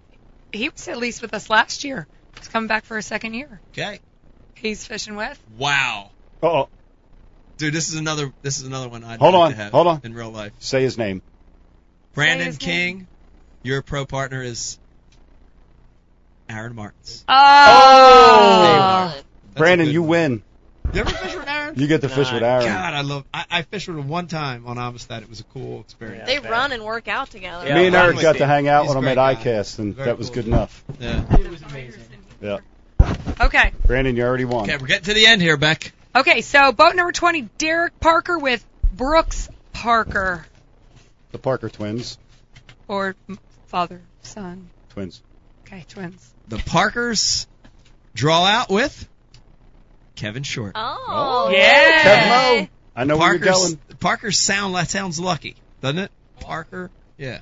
I: he was at least with us last year. He's coming back for a second year.
A: Okay.
I: He's fishing with.
A: Wow.
B: Oh,
A: Dude, this is another this is another one I'd
B: Hold
A: like
B: on,
A: to have
B: hold on.
A: in real life.
B: say his name.
A: Brandon
I: his
A: King,
I: name.
A: your pro partner is Aaron Martins.
I: Oh!
A: That's a
B: Brandon,
A: good
B: you
A: one.
B: win.
A: You ever fish with Aaron?
B: You get to fish with Aaron.
A: God, I love. I, I fished with him one time on Amistad. It was a cool experience.
E: They run and work out together.
B: Me and
J: Yeah,
B: Eric
J: I'm
B: got
J: with
B: to
J: you.
B: hang out
A: He's
B: when
A: a
B: I'm at
A: great guy.
B: ICAST, and
A: Very
B: that was
A: cool
B: good
A: dude.
B: enough.
A: Yeah.
B: Yeah.
I: Okay.
B: Brandon, you already won.
A: Okay, we're getting to the end here, Beck.
I: Okay, so boat number 20, Derek Parker with Brooks Parker,
B: The Parker twins.
I: or m- father, son.
B: Twins.
I: Okay, twins.
A: The Parkers draw out with Kevin Short.
E: Oh.
I: Yeah.
B: Kevin
E: okay.
B: Mo. I know where you're
A: Parker's
B: going.
A: Parker's sound that sounds lucky, doesn't it? Parker, yeah.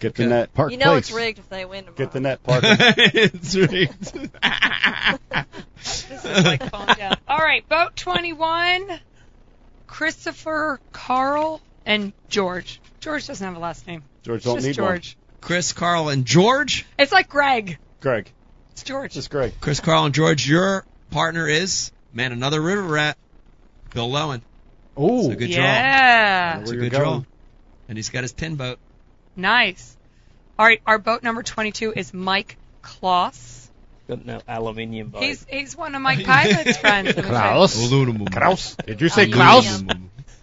B: Get the net. Park
E: you know
B: place.
E: it's rigged if they win tomorrow.
B: Get the net. Park. it's
A: rigged.
I: This is like phone down. All right, boat 21, Christopher, Carl, and George. George doesn't have a last name.
B: George
I: It's
B: don't
I: just
B: need
I: George.
A: Chris, Carl, and George.
I: It's like Greg.
B: one. Greg.
I: It's George.
B: Just Greg.
A: Chris, Carl, and George. Your partner is man, another river rat, Bill Lowen.
D: Oh,
A: a good draw.
I: yeah.
A: It's a
B: Where you're
A: good draw.
B: going.
A: And he's got his tin boat.
I: Nice. All right, our boat number 22 is Mike Kloss.
C: Got no aluminium boat.
I: He's he's one of Mike Pilot's friends. I'm sorry.
H: Klaus.
A: Aluminum.
H: Klaus. Did you say
E: Aluminum.
H: Klaus?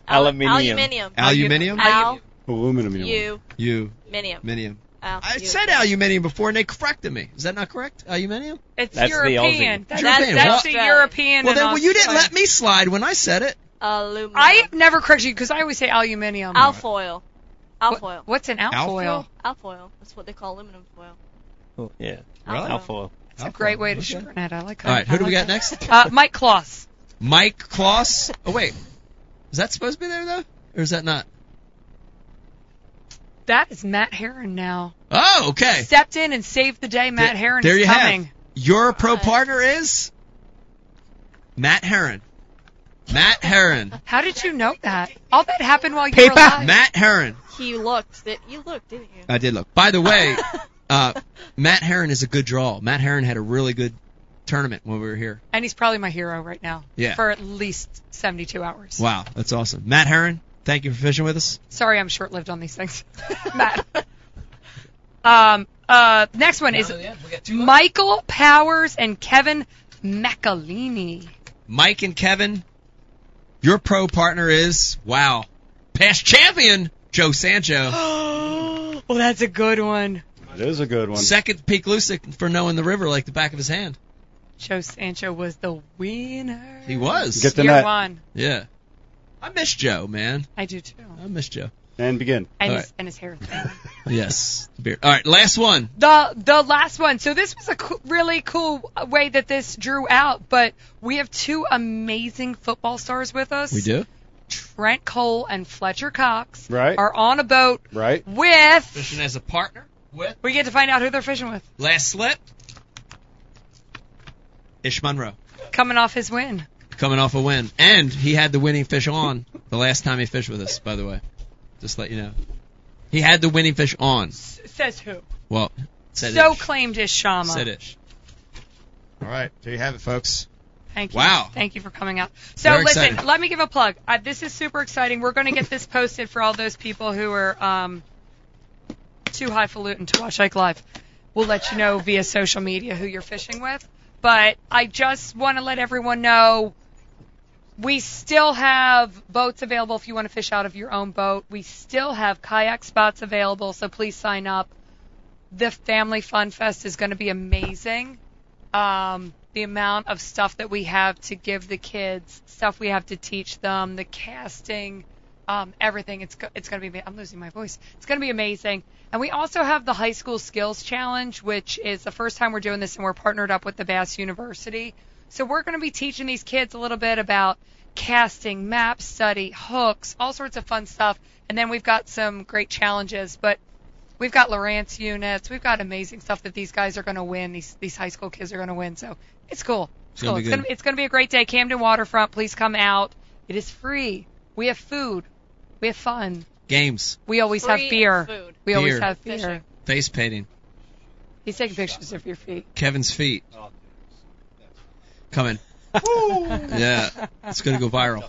C: aluminium.
E: Aluminium.
A: Aluminium?
E: Al.
B: Aluminum.
E: You.
A: You.
E: Minium.
A: Minium.
E: Al.
A: I
E: you.
A: said aluminium before and they corrected me. Is that not correct? Aluminium?
I: It's
C: That's the
I: European.
C: Aussie.
I: That's,
A: European.
I: that's the
E: Well-
I: European.
A: Well,
I: and
A: then well, you didn't
I: Australian.
A: let me slide when I said it.
E: Aluminum.
I: I never correct you because I always say aluminium.
E: Alfoil.
I: What-
E: Alfoil.
I: What's an alfoil?
E: Alfoil. That's what they call aluminum foil.
C: Oh, yeah.
A: Really?
C: Alpha.
I: It's a great way to shorten it. I like that.
A: All right, who
I: I
A: do we
I: like
A: got next?
I: that. Uh, Mike Kloss.
A: Mike Kloss. Oh, wait. Is that supposed to be there, though? Or is that not?
I: That is Matt Heron now.
A: Oh, okay.
I: Stepped in and saved the day. Matt
A: There-
I: Heron
A: there
I: is
A: you have.
I: coming.
A: Your pro
E: Alright.
A: partner is Matt Heron. Matt Heron.
I: How did you know that? All that happened while you were
H: Paper.
I: alive.
A: Matt Heron.
E: He looked. That you looked, didn't you?
A: I did look. By the way, uh, Matt Heron is a good draw. Matt Heron had a really good tournament when we were here.
I: And he's probably my hero right now.
A: Yeah.
I: For at least 72 hours.
A: Wow, that's awesome. Matt Heron, thank you for fishing with us.
I: Sorry, I'm short-lived on these things. Matt. um. Uh. Next one is
J: Oh, yeah, we got two left.
I: Michael Powers and Kevin Macalini.
A: Mike and Kevin, your pro partner is, wow, past champion Joe Sancho.
I: Oh, that's a good one.
B: It is a good one.
A: Second to Pete Lusick for knowing the river like the back of his hand.
I: Joe Sancho was the winner.
A: He was.
B: Get the
I: Year
B: net.
I: one.
A: yeah. I miss Joe, man.
I: I do too.
A: I miss Joe.
B: And begin.
I: And,
A: All
I: his,
A: right.
I: and his hair.
A: Yes. Beer. All right, last one.
I: the the last one. So this was a co- really cool way that this drew out, but we have two amazing football stars with us.
A: We do?
I: Trent Cole and Fletcher Cox
B: Right.
I: are on a boat
B: Right.
I: with.
A: Fishing as a partner with
I: We get to find out who they're fishing with.
A: Last Slip. Ish Monroe
I: Coming off his win.
A: coming off a win. And he had the winning fish on the last time he fished with us, by the way. Just let you know. He had the winning fish on.
I: Says who?
A: Well, said
I: so
A: Ish.
I: claimed is Shama.
A: Said Ish. All right, there you have it, folks.
I: Thank you.
A: Wow.
I: Thank you for coming out. So
A: Very
I: listen,
A: exciting.
I: let me give a plug. Uh, this is super exciting. We're going to get this posted for all those people who are um, too highfalutin to watch Ike Live. We'll let you know via social media who you're fishing with. But I just want to let everyone know we still have boats available if you want to fish out of your own boat. We still have kayak spots available, so please sign up. The Family Fun Fest is going to be amazing um, the amount of stuff that we have to give the kids, stuff we have to teach them, the casting, um, everything. It's go- it's going to be. ama- I'm losing my voice. It's going to be amazing. And we also have the high school skills challenge, which is the first time we're doing this, and we're partnered up with the Bass University. So we're going to be teaching these kids a little bit about casting, map study, hooks, all sorts of fun stuff. And then we've got some great challenges, but We've got Lawrence units. We've got amazing stuff that these guys are going to win. These these high school kids are going to win. So it's cool. It's
A: gonna
I: cool.
A: be
I: It's
A: good.
I: going to it's going to be a great day. Camden Waterfront, please come out. It is free. We have food. We have fun.
A: Games,
I: We always
E: Free
I: have beer.
E: food.
I: We always
A: Beer.
I: have beer.
E: Fishing.
A: face painting,
I: He's taking pictures of your feet.
A: Kevin's feet coming. yeah, it's gonna go viral.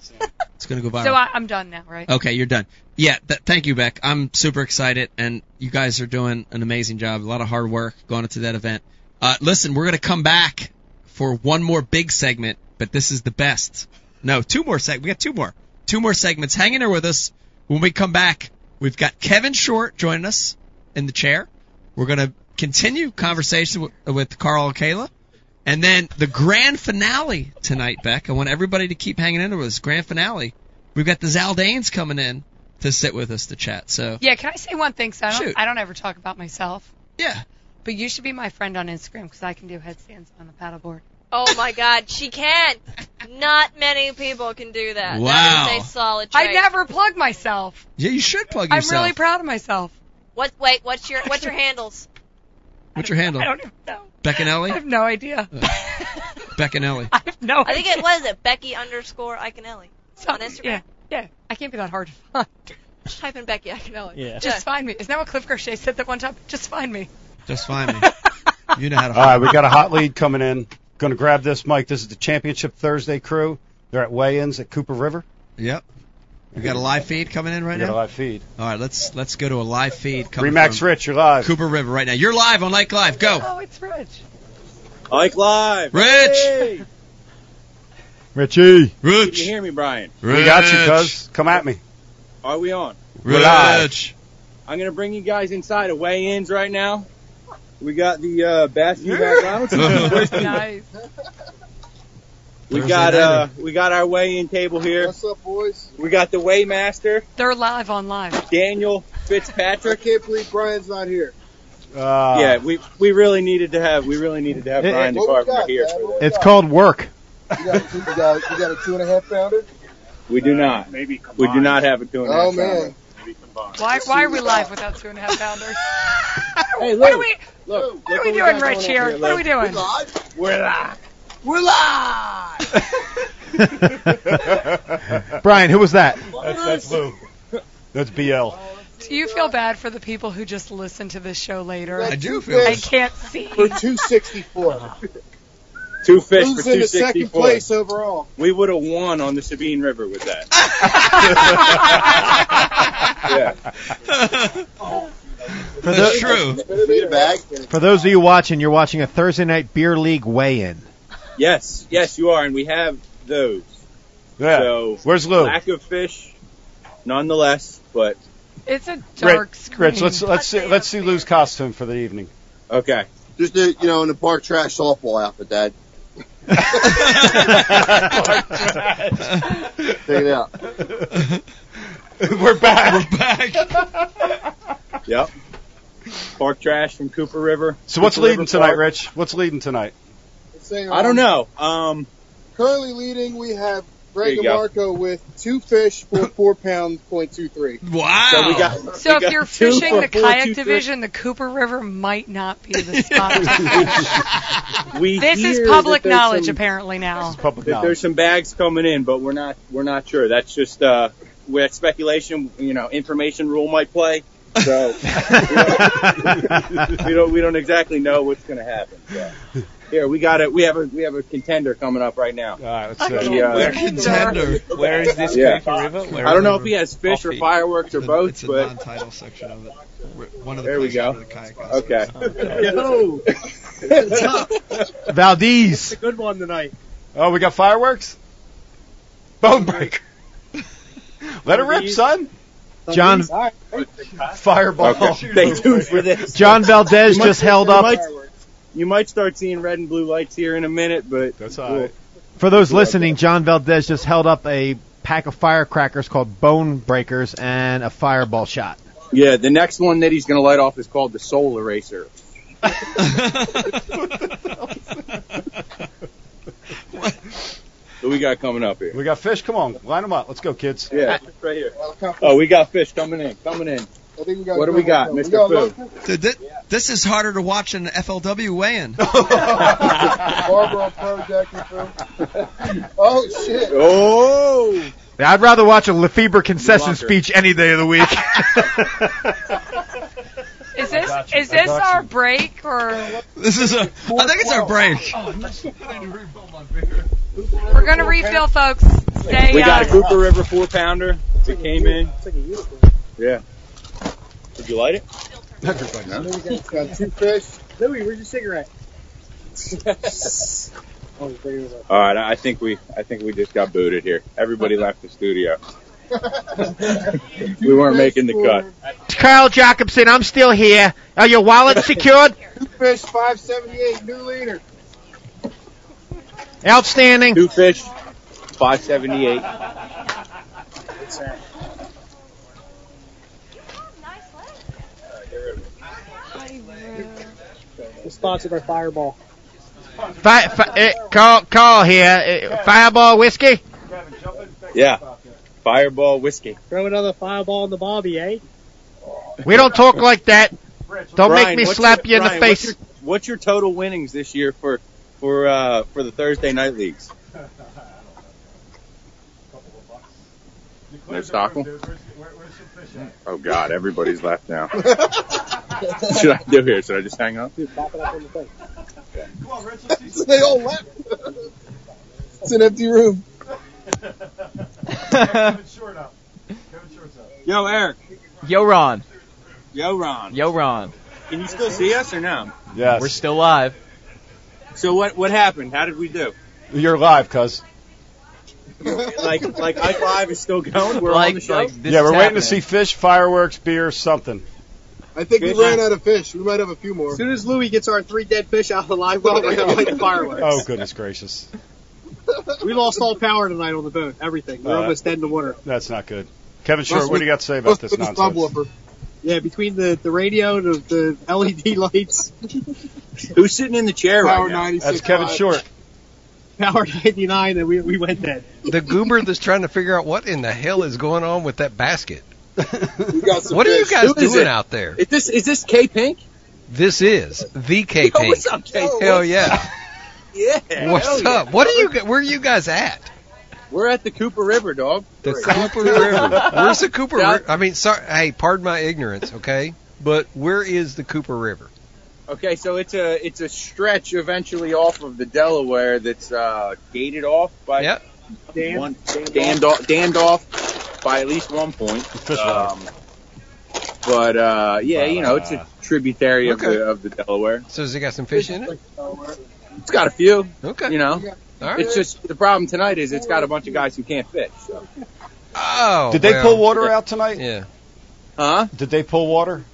A: It's gonna go viral.
I: So I, I'm done now, right?
A: Okay, you're done. Yeah, th- thank you, Beck. I'm super excited, and you guys are doing an amazing job. A lot of hard work going into that event. Uh, listen, we're gonna come back for one more big segment, but this is the best. No, two more seg. We got two more, two more segments. Hang in there with us. When we come back, we've got Kevin Short joining us in the chair. We're gonna continue conversation with, with Carl and Kayla. And then the grand finale tonight, Beck. I want everybody to keep hanging in with us. Grand finale. We've got the Zaldanes coming in to sit with us to chat. So
I: Yeah. Can I say one thing? So I don't
A: Shoot.
I: I don't ever talk about myself.
A: yeah,
I: But you should be my friend on Instagram because I can do headstands on the paddleboard.
E: Oh my God, she can. Not many people can do that.
A: Wow.
E: That is a solid.
I: I
E: trait.
I: never plug myself.
A: yeah, you should plug yourself.
I: I'm really proud of myself.
E: What? Wait. What's your What's your handles?
A: What's your handle?
I: I don't even know. I
A: Beccanelli?
I: have no idea.
A: Uh, Beccanelli.
I: I have no
E: I think
I: idea.
E: it was it Becky underscore Iconelli on Instagram.
I: Yeah, yeah. I can't be that hard to find.
E: Just type in Becky Iconelli.
C: Yeah.
I: Just find me. Isn't that what Cliff Crochet said that one time? Just find me.
A: Just find me. You know how to
B: All right, we got a hot lead coming in. Going to grab this mic. This is the Championship Thursday crew. They're at weigh-ins at Cooper River.
A: Yep. We got a live feed coming in right
B: You got a
A: now.
B: live feed.
A: All right, let's let's go to a live feed coming
B: Remax
A: from
B: Rich, you're live.
A: Cooper River right now. You're live on Lake Live. Go,
I: Oh, it's Rich.
F: Ike Live.
A: Rich.
D: Richie.
F: Can you
A: Rich.
F: hear me, Brian?
B: We got you, cuz. Come at me.
F: Are we on?
B: We're live.
A: Rich.
F: I'm gonna bring you guys inside of weigh-ins right now. We got the uh, basket back on. What's up, boys?
I: nice.
F: We
A: Thursday
F: got
A: night.
F: uh, we got our weigh-in table here.
K: What's up, boys?
F: We got the weighmaster
I: They're live on live.
F: Daniel
K: I
F: Fitzpatrick.
K: can't believe Brian's not here.
D: Uh,
B: Ah.
F: Yeah, we we really needed to have we really needed to have
D: It-
F: Brian
D: it-
K: What we
F: DeCarver
K: got,
F: here
K: man?
F: for
K: What
F: this.
K: we
D: It's
K: got?
D: called
K: You
D: work.
K: got, a two, you, got, you got a two and a half pounder?
F: We do not. Maybe we do not have it doing
K: Oh,
F: that.
K: man.
I: Why, why are we live without two and a half pounders?
F: Hey,
I: what are
F: Lou.
I: we What
F: Look,
I: are
F: look
I: we doing,
F: got going
I: Rich?
F: on
I: Here, what are
F: Lou.
I: we doing?
F: We're live.
K: We're live!
D: Brian, who was that?
B: That's, that's Lou. That's BL.
I: Do you feel bad for the people who just listen to this show later?
A: I do feel
I: I
K: Fish
I: can't see.
K: for 264.
F: Two fish
K: Who's
F: for
K: in the second
F: 264.
K: place overall?
F: We would have won on the Sabine River with that. yeah.
A: That's true.
K: Need a bag?
D: For those of you watching, you're watching a Thursday night beer league weigh-in.
F: Yes, yes, you are, and we have those.
B: Yeah.
F: So
B: Where's Lou?
F: lack of fish, nonetheless. But
I: It's a dark screen.
B: Rich, let's let's see, let's see Lou's costume for the evening.
F: okay,
K: Just, a, you know, in the park trash softball outfit, Dad. Take it out.
B: We're back.
A: Back.
F: yep. Park trash from Cooper River.
B: So what's
F: Cooper
B: leading
F: River
B: tonight,
F: Park.
B: Rich? What's leading tonight?
K: Let's say,
F: I don't
K: um,
F: know. Um,
K: Currently leading, we have
F: There
K: Greg
F: you
K: and
F: go.
K: Marco with two fish for four pound point two three.
A: Wow.
F: so we got.
I: So
F: we
I: if
F: got
I: you're
F: two
I: fishing
F: for
I: the
F: four,
I: kayak
F: two fish.
I: division, the Cooper River might not be the spot.
F: we
I: this
F: hear
I: is
F: that
I: public
F: there's
I: knowledge
F: some-
I: apparently now.
D: Public
F: that there's some bags coming in, but we're not we're not sure. That's just uh, we had speculation. You know, information rule might play, so we, don't, we don't we don't exactly know what's going to happen. So. Here we got it. We have a we have a contender coming up right now.
B: All right, let's
I: Okay.
B: see.
F: Yeah.
A: We're contender.
C: Where is this
F: Yeah.
C: Cooper River? Where
F: I
C: is
F: don't know
C: it?
F: if he has fish or
C: Coffee.
F: fireworks or
A: It's a-
F: both,
A: it's a
F: but
A: non-title section of it. We're- One of the
F: There we
A: places
F: go.
A: for the kayak
F: okay.
K: Yo,
D: Valdez.
K: good one tonight.
B: Oh, we got fireworks. Bone breaker. Let it rip, son.
D: John
B: Fireball.
F: Okay. Stay tuned for this.
D: John Valdez just held
F: You
D: up.
F: might, you might start seeing red and blue lights here in a minute, but
B: That's all right.
D: For those listening, John Valdez just held up a pack of firecrackers called Bone Breakers and a fireball shot.
F: yeah, the next one that he's going to light off is called the Soul Eraser. Who we got coming up here?
B: We got fish. Come on, line them up. Let's go, kids.
F: Yeah, right here.
K: I
F: Oh, we got fish coming in, coming in.
K: think we got
F: What do we got, Mr. Food?
K: Food?
A: Dude, thi- this is harder to watch than FLW weigh-in.
K: Barbara Pro Jack and Food. Oh shit!
F: Oh,
D: I'd rather watch a Lefebvre concession
F: Locker.
D: speech any day of the week.
I: Is this is this our break or
A: This is a. I think it's our break.
I: Oh, we're gonna refill, folks? Stay.
F: we
I: uh,
F: got a Cooper River four pounder. We came in. Yeah. Did you light it?
K: Then we got- got two fish. Louis, where's your cigarette? oh, bring it up.
F: All right, I think we, I think we just got booted here. Everybody left the studio. We weren't making the cut.
H: It's Carl Jacobson. I'm still here. Are your wallets secured?
K: Fish 578, new leader.
H: Outstanding.
F: Two fish, five seventy eight.
K: Sponsored by Fireball.
H: Fi- fi- uh, Carl, Carl here. Uh, fireball whiskey.
F: Yeah. Fireball whiskey.
K: Throw another fireball in the Bobby, eh?
H: We don't talk like that. Don't
F: Brian,
H: make me
F: what's
H: slap
F: your-
H: you in the
F: Brian,
H: face.
F: What's your, what's your total winnings this year for for uh, for the Thursday night leagues?
K: There's Stockholm.
F: Oh God, everybody's left now. Should I do here? Should I just hang up?
K: they all left. it's an empty room.
F: Yo, Eric.
L: Yo, Ron.
F: Yo, Ron.
L: Yo, Ron.
F: Can you still see us or no?
B: Yes.
L: We're still live.
F: So what what happened? How did we do?
B: You're live, cuz.
F: like like I five is still going. We're on the show.
B: yeah, we're waiting to see fish, fireworks, beer, something.
K: I think we
B: Good
K: ran
B: night.
K: out of fish. We might have a few more. As soon as Louis gets our three dead fish out of the live well, we're gonna light the fireworks.
B: Oh goodness gracious.
K: We lost all power tonight on the boat. Everything. We're
B: Uh,
K: almost dead in the water.
B: That's not good. Kevin Short,
K: Must
B: what
K: be-
B: do you got to say about
K: must
B: this
K: be the
B: nonsense?
K: subwoofer. Yeah, between the, the radio, the, the LED lights,
F: Who's sitting in the chair
K: Power
F: right now?
K: 96 That's Kevin live. Short. power 99, and we, we went dead.
M: The goober that's trying to figure out what in the hell is going on with that basket.
K: We got some
M: What are you
K: fish.
M: guys
K: Who is
M: doing
K: it?
M: out there?
F: Is this is this K Pink?
M: This is the K
F: Yo,
M: Pink.
F: what's up, K?
M: Hell yeah.
F: Yeah.
M: What's
F: hell
M: up?
F: yeah.
M: What are you? Where are you guys at?
F: We're at the Cooper River, dog.
M: The Cooper River. Where's the Cooper River? I mean, sorry. Hey, pardon my ignorance, okay? But where is the Cooper River?
F: Okay, so it's a it's a stretch eventually off of the Delaware that's uh, gated off by
M: Yep.
F: one, dammed off dammed off by at least one point. Um, but uh, yeah, you know it's a tributary of
M: Okay.
F: the of the Delaware.
M: So has it got some fish in it?
F: It's got a few.
M: Okay.
F: You know,
M: All right.
F: it's just the problem tonight is it's got a bunch of guys who can't fish. So.
M: Oh.
B: Did they
M: well.
B: pull water out tonight?
M: Yeah.
F: Huh?
B: Did they pull water?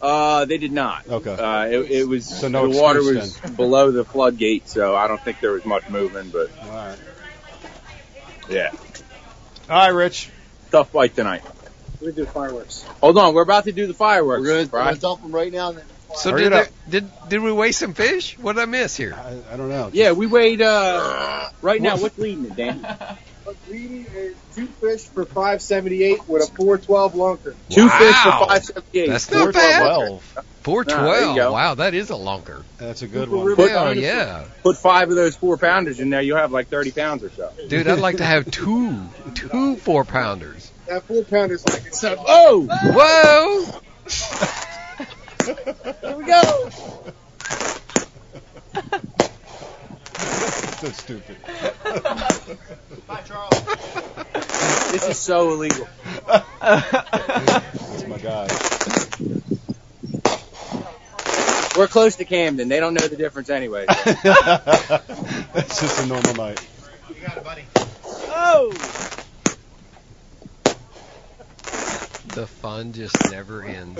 F: Uh, they did not.
B: Okay.
F: Uh, it, it was
B: So no
F: the water
B: excuse
F: was below the floodgate, so I don't think there was much moving. But
B: All right.
F: yeah,
B: All right, Rich.
F: tough fight tonight.
K: We do fireworks.
F: Hold on, we're about to do the fireworks.
K: We're
F: Brian.
K: gonna dump them right now. and then-
M: So
F: Hurry
M: did,
F: it up.
M: there, did did we weigh some fish? What did I miss here?
B: I, I don't
M: Oh,
B: know.
F: Yeah, we weighed uh, right now. What's leading it, Dan?
K: But Reedy is two fish for 578 with a 412 lunker.
F: Two fish for
M: Wow.
F: five seventy eight.
M: That's not bad. 412.
F: Nah, there you go.
M: wow, that is a lunker.
B: That's a good
F: one.
M: Hell yeah.
F: Put five of those four pounders in there, you'll have like thirty pounds or so.
M: Dude, I'd like to have two, two four pounders.
K: That four pounder's like it's seven.
F: Oh!
M: Whoa!
K: Here we go.
B: So stupid.
K: Bye, Charles.
F: This is so illegal.
B: Oh my God.
F: We're close to Camden. They don't know the difference anyway.
B: That's just a normal night.
F: Oh!
M: The fun just never ends.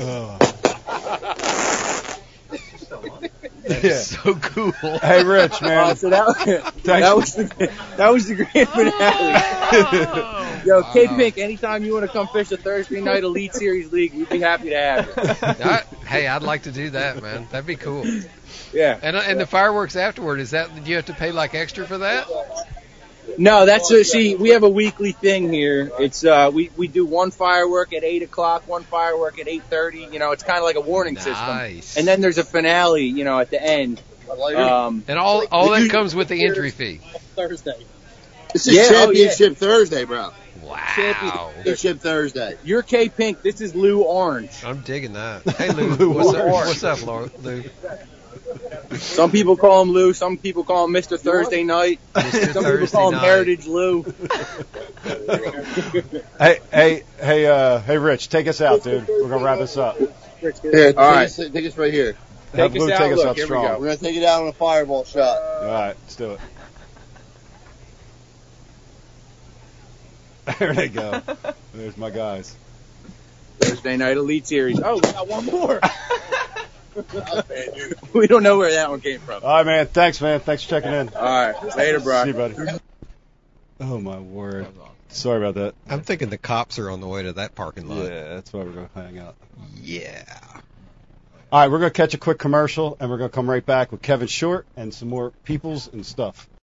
M: That is so cool.
B: Hey, Rich, man.
F: Oh, so that, that was the that was the grand
K: Oh.
F: finale. Yo, K Pink, anytime you want to come fish the Thursday night Elite Series League, we'd be happy to have you.
M: I- hey, I'd like to do that, man. That'd be cool.
F: Yeah.
M: And uh, and the fireworks afterward is that do you have to pay like extra for that?
F: No, that's a, see, we have a weekly thing here. It's uh, we we do one firework at eight o'clock, one firework at eight thirty. You know, it's kind of like a warning
M: Nice.
F: system. And then there's a finale, you know, at the end. Um,
M: And all all that comes with the entry fee.
K: Thursday. This is
F: Yeah, oh,
K: championship Thursday, bro.
M: Wow.
K: Championship Thursday.
F: you're K Pink. This is Lou Orange.
M: I'm digging that. Hey Lou,
B: Lou
M: what's up?
F: Orange.
M: What's up, Laura- Lou?
F: Some people call him Lou. Some people call him Mr. Thursday Night.
M: Mr.
F: Some people
M: Thursday
F: call him
M: night.
F: Heritage Lou.
B: Hey, hey, hey, uh, hey, Rich, take us out, dude. We're gonna wrap this up.
K: Here,
F: All right.
K: take, us, take us right here.
B: Have
F: us
B: Lou
F: out.
B: take us
F: Look,
B: out
F: here we
B: strong.
F: go.
K: We're gonna take it out on a fireball shot.
B: All right, let's do it. There they go. There's my guys.
F: Thursday Night Elite Series. Oh, we got one more.
K: All
F: we don't know where that one came from.
B: All right, man. Thanks, man. Thanks for checking in.
F: All right, later, bro.
B: See you, buddy. Oh my word. Sorry about that.
M: I'm thinking the cops are on the way to that parking lot.
B: Yeah, that's why we're gonna hang out.
M: Yeah.
B: All right, we're gonna catch a quick commercial, and we're gonna come right back with Kevin Short and some more peoples and stuff.